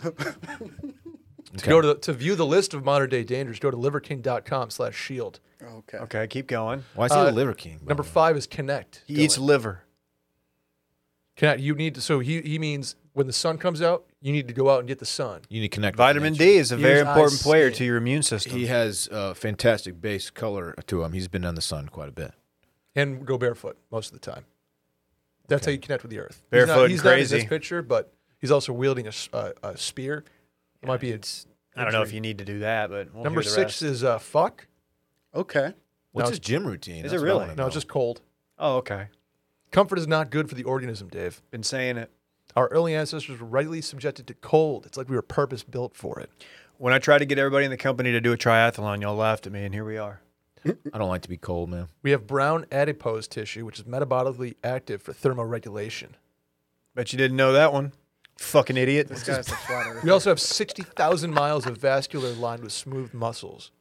S4: To go to to view the list of modern day dangers, go to liverking.com slash shield.
S3: Okay.
S1: Okay, keep going.
S2: Why is he the Liver King? by
S4: E Number
S2: the way?
S4: five is connect.
S1: He eats liver.
S4: Cannot you need to? So he he means when the sun comes out, you need to go out and get the sun.
S2: You need to connect. with
S1: Vitamin
S2: nature.
S1: D is a very
S4: Here's
S1: important
S4: ice
S1: player
S4: skate.
S1: to your immune system.
S2: He has a fantastic base color to him. He's been in the sun quite a bit.
S4: and go barefoot most of the time. That's how you connect with the earth. He's
S1: Barefoot
S4: not,
S1: and
S4: he's not in
S1: crazy.
S4: this picture, but he's also wielding a, s- a- a spear. It might be its
S1: I don't know if you need to do that, but we'll
S4: number
S1: hear the rest.
S4: six is uh, fuck.
S3: Okay.
S2: What's
S4: No,
S2: his gym routine?
S1: Is
S2: That's
S1: it
S2: what I
S1: really?
S2: wanna
S4: No,
S2: know.
S4: it's just cold.
S1: Oh, okay.
S4: Comfort is not good for the organism, Dave.
S1: Been saying it.
S4: Our early ancestors were rightly subjected to cold. It's like we were purpose built for it.
S1: When I tried to get everybody in the company to do a triathlon, y'all laughed at me, and here we are.
S2: I don't like to be cold, man.
S4: We have brown adipose tissue, which is metabolically active for thermoregulation.
S1: Bet you didn't know that one. Fucking idiot.
S3: This guy's
S4: [LAUGHS]
S3: a flat earther.
S4: We also have 60,000 miles of vascular lined with smooth muscles.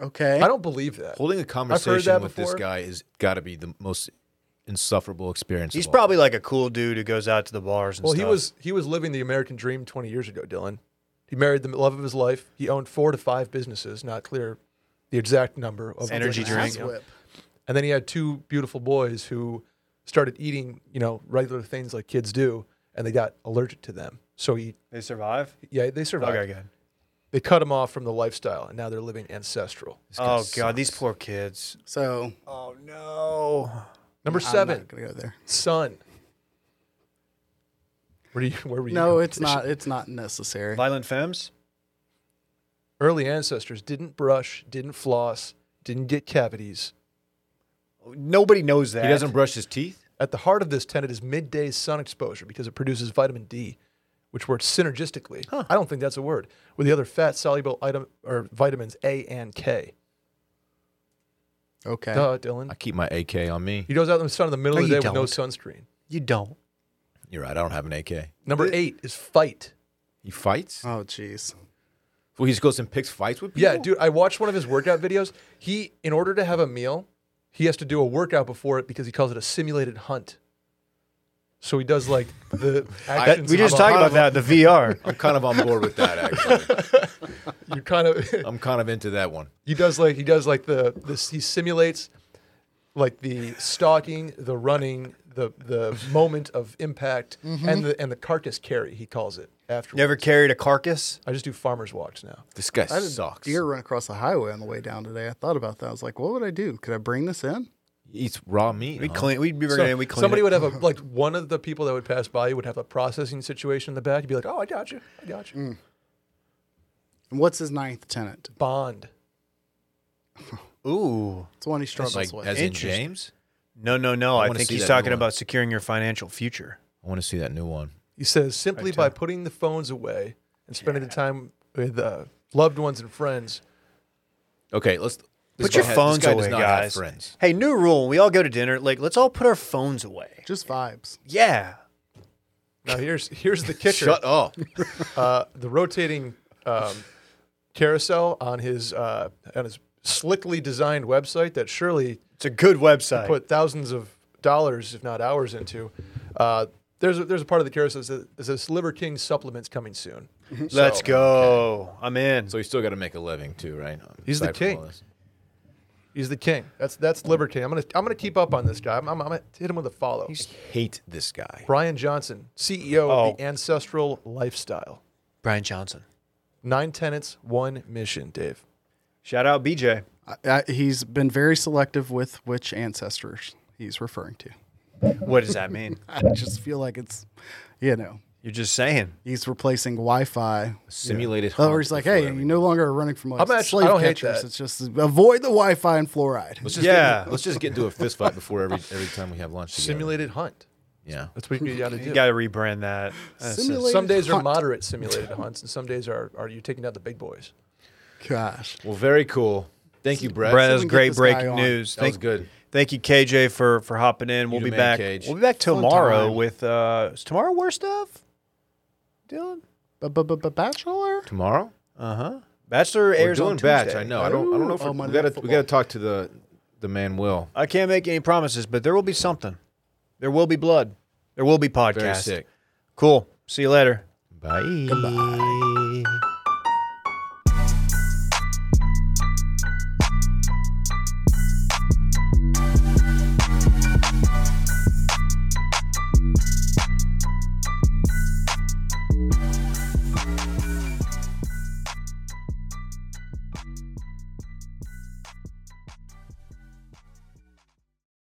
S3: Okay.
S4: I don't believe that.
S2: Holding a
S4: that
S2: conversation with this
S4: before.
S2: guy is got to be the most insufferable experience. of
S1: He's
S2: all.
S1: probably like a cool dude who goes out to the bars and
S4: Well,
S1: stuff.
S4: he was he was living the American dream 20 years ago, Dylan. He married the love of his life. He owned four to five businesses, not clear the exact number of
S1: energy
S4: businesses.
S1: drink.
S3: Ass whip.
S4: And then he had two beautiful boys who started eating, you know, regular things like kids do, and they got allergic to them. So he,
S1: They survive?
S4: yeah, they survived.
S1: Okay, good.
S4: They cut him off from the lifestyle, and now they're living ancestral.
S2: This guy
S1: Oh,
S2: sucks.
S1: God. These poor kids.
S3: So
S1: Oh, no.
S4: Number
S3: I'm
S4: seven,
S3: not gonna go there.
S4: sun. Where do you? Where were you?
S3: No, it's not. It's not necessary.
S1: Violent femmes?
S4: Early ancestors didn't brush, didn't floss, didn't get cavities.
S1: Nobody knows that.
S2: He doesn't brush his teeth.
S4: At the heart of this tenet is midday sun exposure because it produces vitamin D, which works synergistically. I don't think that's a word with the other fat soluble item or vitamins A and K.
S3: Okay.
S4: Duh,
S2: I
S4: Dylan.
S2: keep my AK on me.
S4: He goes out in the sun in the middle
S1: No,
S4: of the day
S1: you
S4: with no sunscreen.
S1: You don't.
S2: You're right. I don't have an AK.
S4: Number eight is fight.
S2: He fights.
S3: Oh, jeez.
S2: Well, he just goes and picks fights with people.
S4: Yeah, dude, I watched one of his workout videos. He, in order to have a meal, he has to do a workout before it because he calls it a simulated hunt. So he does like
S1: [LAUGHS]
S4: the actions.
S1: we
S4: of
S1: just
S4: a-
S1: talked about that, the VR.
S2: I'm kind of on board with
S4: [LAUGHS]
S2: that. Actually,
S4: You kind of
S2: I'm kind of into that one.
S4: [LAUGHS] he does like he does like the this he simulates like the stalking, the running, the the moment of impact, and the and the carcass carry he calls it after.
S1: Mm-hmm. Never carried a carcass?
S4: I just do farmers walks now.
S2: This guy
S3: I had a
S2: sucks.
S3: deer run across the highway on the way down today. I thought about that. I was like, what would I do? Could I bring this in?
S2: He eats raw meat.
S1: We
S2: huh?
S1: clean. We'd be
S4: So
S1: bringing in. We clean.
S4: somebody
S1: it.
S4: would
S1: [LAUGHS]
S4: have a like one of the people that would pass by you would have a processing situation in the back. You'd be like, "Oh, I got you, I got
S1: Mm.
S4: you."
S3: And what's his ninth tenant?
S4: Bond.
S1: Ooh.
S3: It's one he struggles
S2: like
S3: with.
S2: as in
S1: Interesting.
S2: James.
S1: No, no, no. I,
S2: wanna
S1: think
S2: see
S1: he's
S2: that new
S1: talking
S2: one.
S1: about securing your financial future.
S2: I want to see that new one.
S4: He says simply by putting the phones away and spending the time with uh, loved ones and friends.
S2: Okay, let's. this
S1: Put your
S2: guy ha- this
S1: phones
S2: guy does
S1: away,
S2: not have
S1: guys.
S2: friends.
S1: Hey, new rule. When we all go to dinner, like, let's all put our phones away.
S3: Just vibes.
S1: Yeah.
S4: Now here's
S2: [LAUGHS]
S4: here's the kicker.
S2: Shut up.
S4: uh, the rotating um, carousel on his uh, on his slickly designed website that surely
S1: It's a good website.
S4: put thousands of dollars, if not hours, into. Uh, there's a, there's a part of the carousel that says- that says Liver King supplements coming soon.
S1: [LAUGHS]
S2: Mm-hmm.
S1: Let's
S4: So-
S1: go. I'm in.
S2: So you still got to make a living too, right?
S4: He's the
S2: Aside from all
S4: king.
S2: this.
S4: He's the king. That's that's Liver King. I'm gonna I'm gonna keep up on this guy. I'm, I'm, I'm gonna hit him with a follow.
S2: Hate this guy.
S4: Brian Johnson, CEO of the Ancestral Lifestyle.
S1: Brian Johnson.
S4: Nine tenants, one mission. Dave.
S1: Shout out BJ.
S3: I, I, he's been very selective with which ancestors he's referring to.
S1: What does that mean?
S3: I just feel like it's, you know,
S1: [LAUGHS] You're just saying.
S3: he's replacing Wi-Fi.
S2: Simulated.
S3: Oh, where
S2: hunt
S3: he's like,
S2: before
S3: hey,
S2: every-
S3: you no longer are running from like
S4: I'm
S3: slave
S4: actually- I don't hate
S3: catchers.
S4: that.
S3: It's just avoid the Wi-Fi and fluoride.
S2: Let's just
S1: Yeah.
S2: Get, let's just get into a fist fight before every every time we have lunch. Together.
S4: Simulated hunt.
S2: Yeah.
S4: That's what you gotta do.
S1: You got to rebrand that. That's-
S3: Simulate-
S4: Some days are
S3: Hunt.
S4: moderate simulated hunts, and some days are are you taking out the big boys.
S3: Gosh,
S2: Well, very cool. Thank you, Brett.
S1: Brad, that
S2: that
S1: was
S3: get
S1: great
S3: this guy
S1: breaking
S3: on.
S1: news.
S2: was
S1: Thank,
S2: good.
S1: thank you, KJ, for for hopping in. We'll
S2: the
S1: be
S2: man,
S1: back.
S2: Cage.
S1: We'll be back
S3: Fun
S1: tomorrow
S3: time.
S1: with uh is tomorrow worst of Dylan.
S3: bachelor.
S2: Tomorrow
S1: Uh huh. Bachelor
S2: we're
S1: airs
S2: doing
S1: on
S2: batch.
S1: Tuesday.
S2: I know. I don't. I don't know if
S3: Oh,
S2: we're, we
S3: Monday
S2: got
S3: Night
S2: to we got to talk to the the man Will.
S1: I can't make any promises, but there will be something. There will be blood. There will be podcast.
S2: Very sick.
S1: Cool. See you later.
S2: Bye. Goodbye.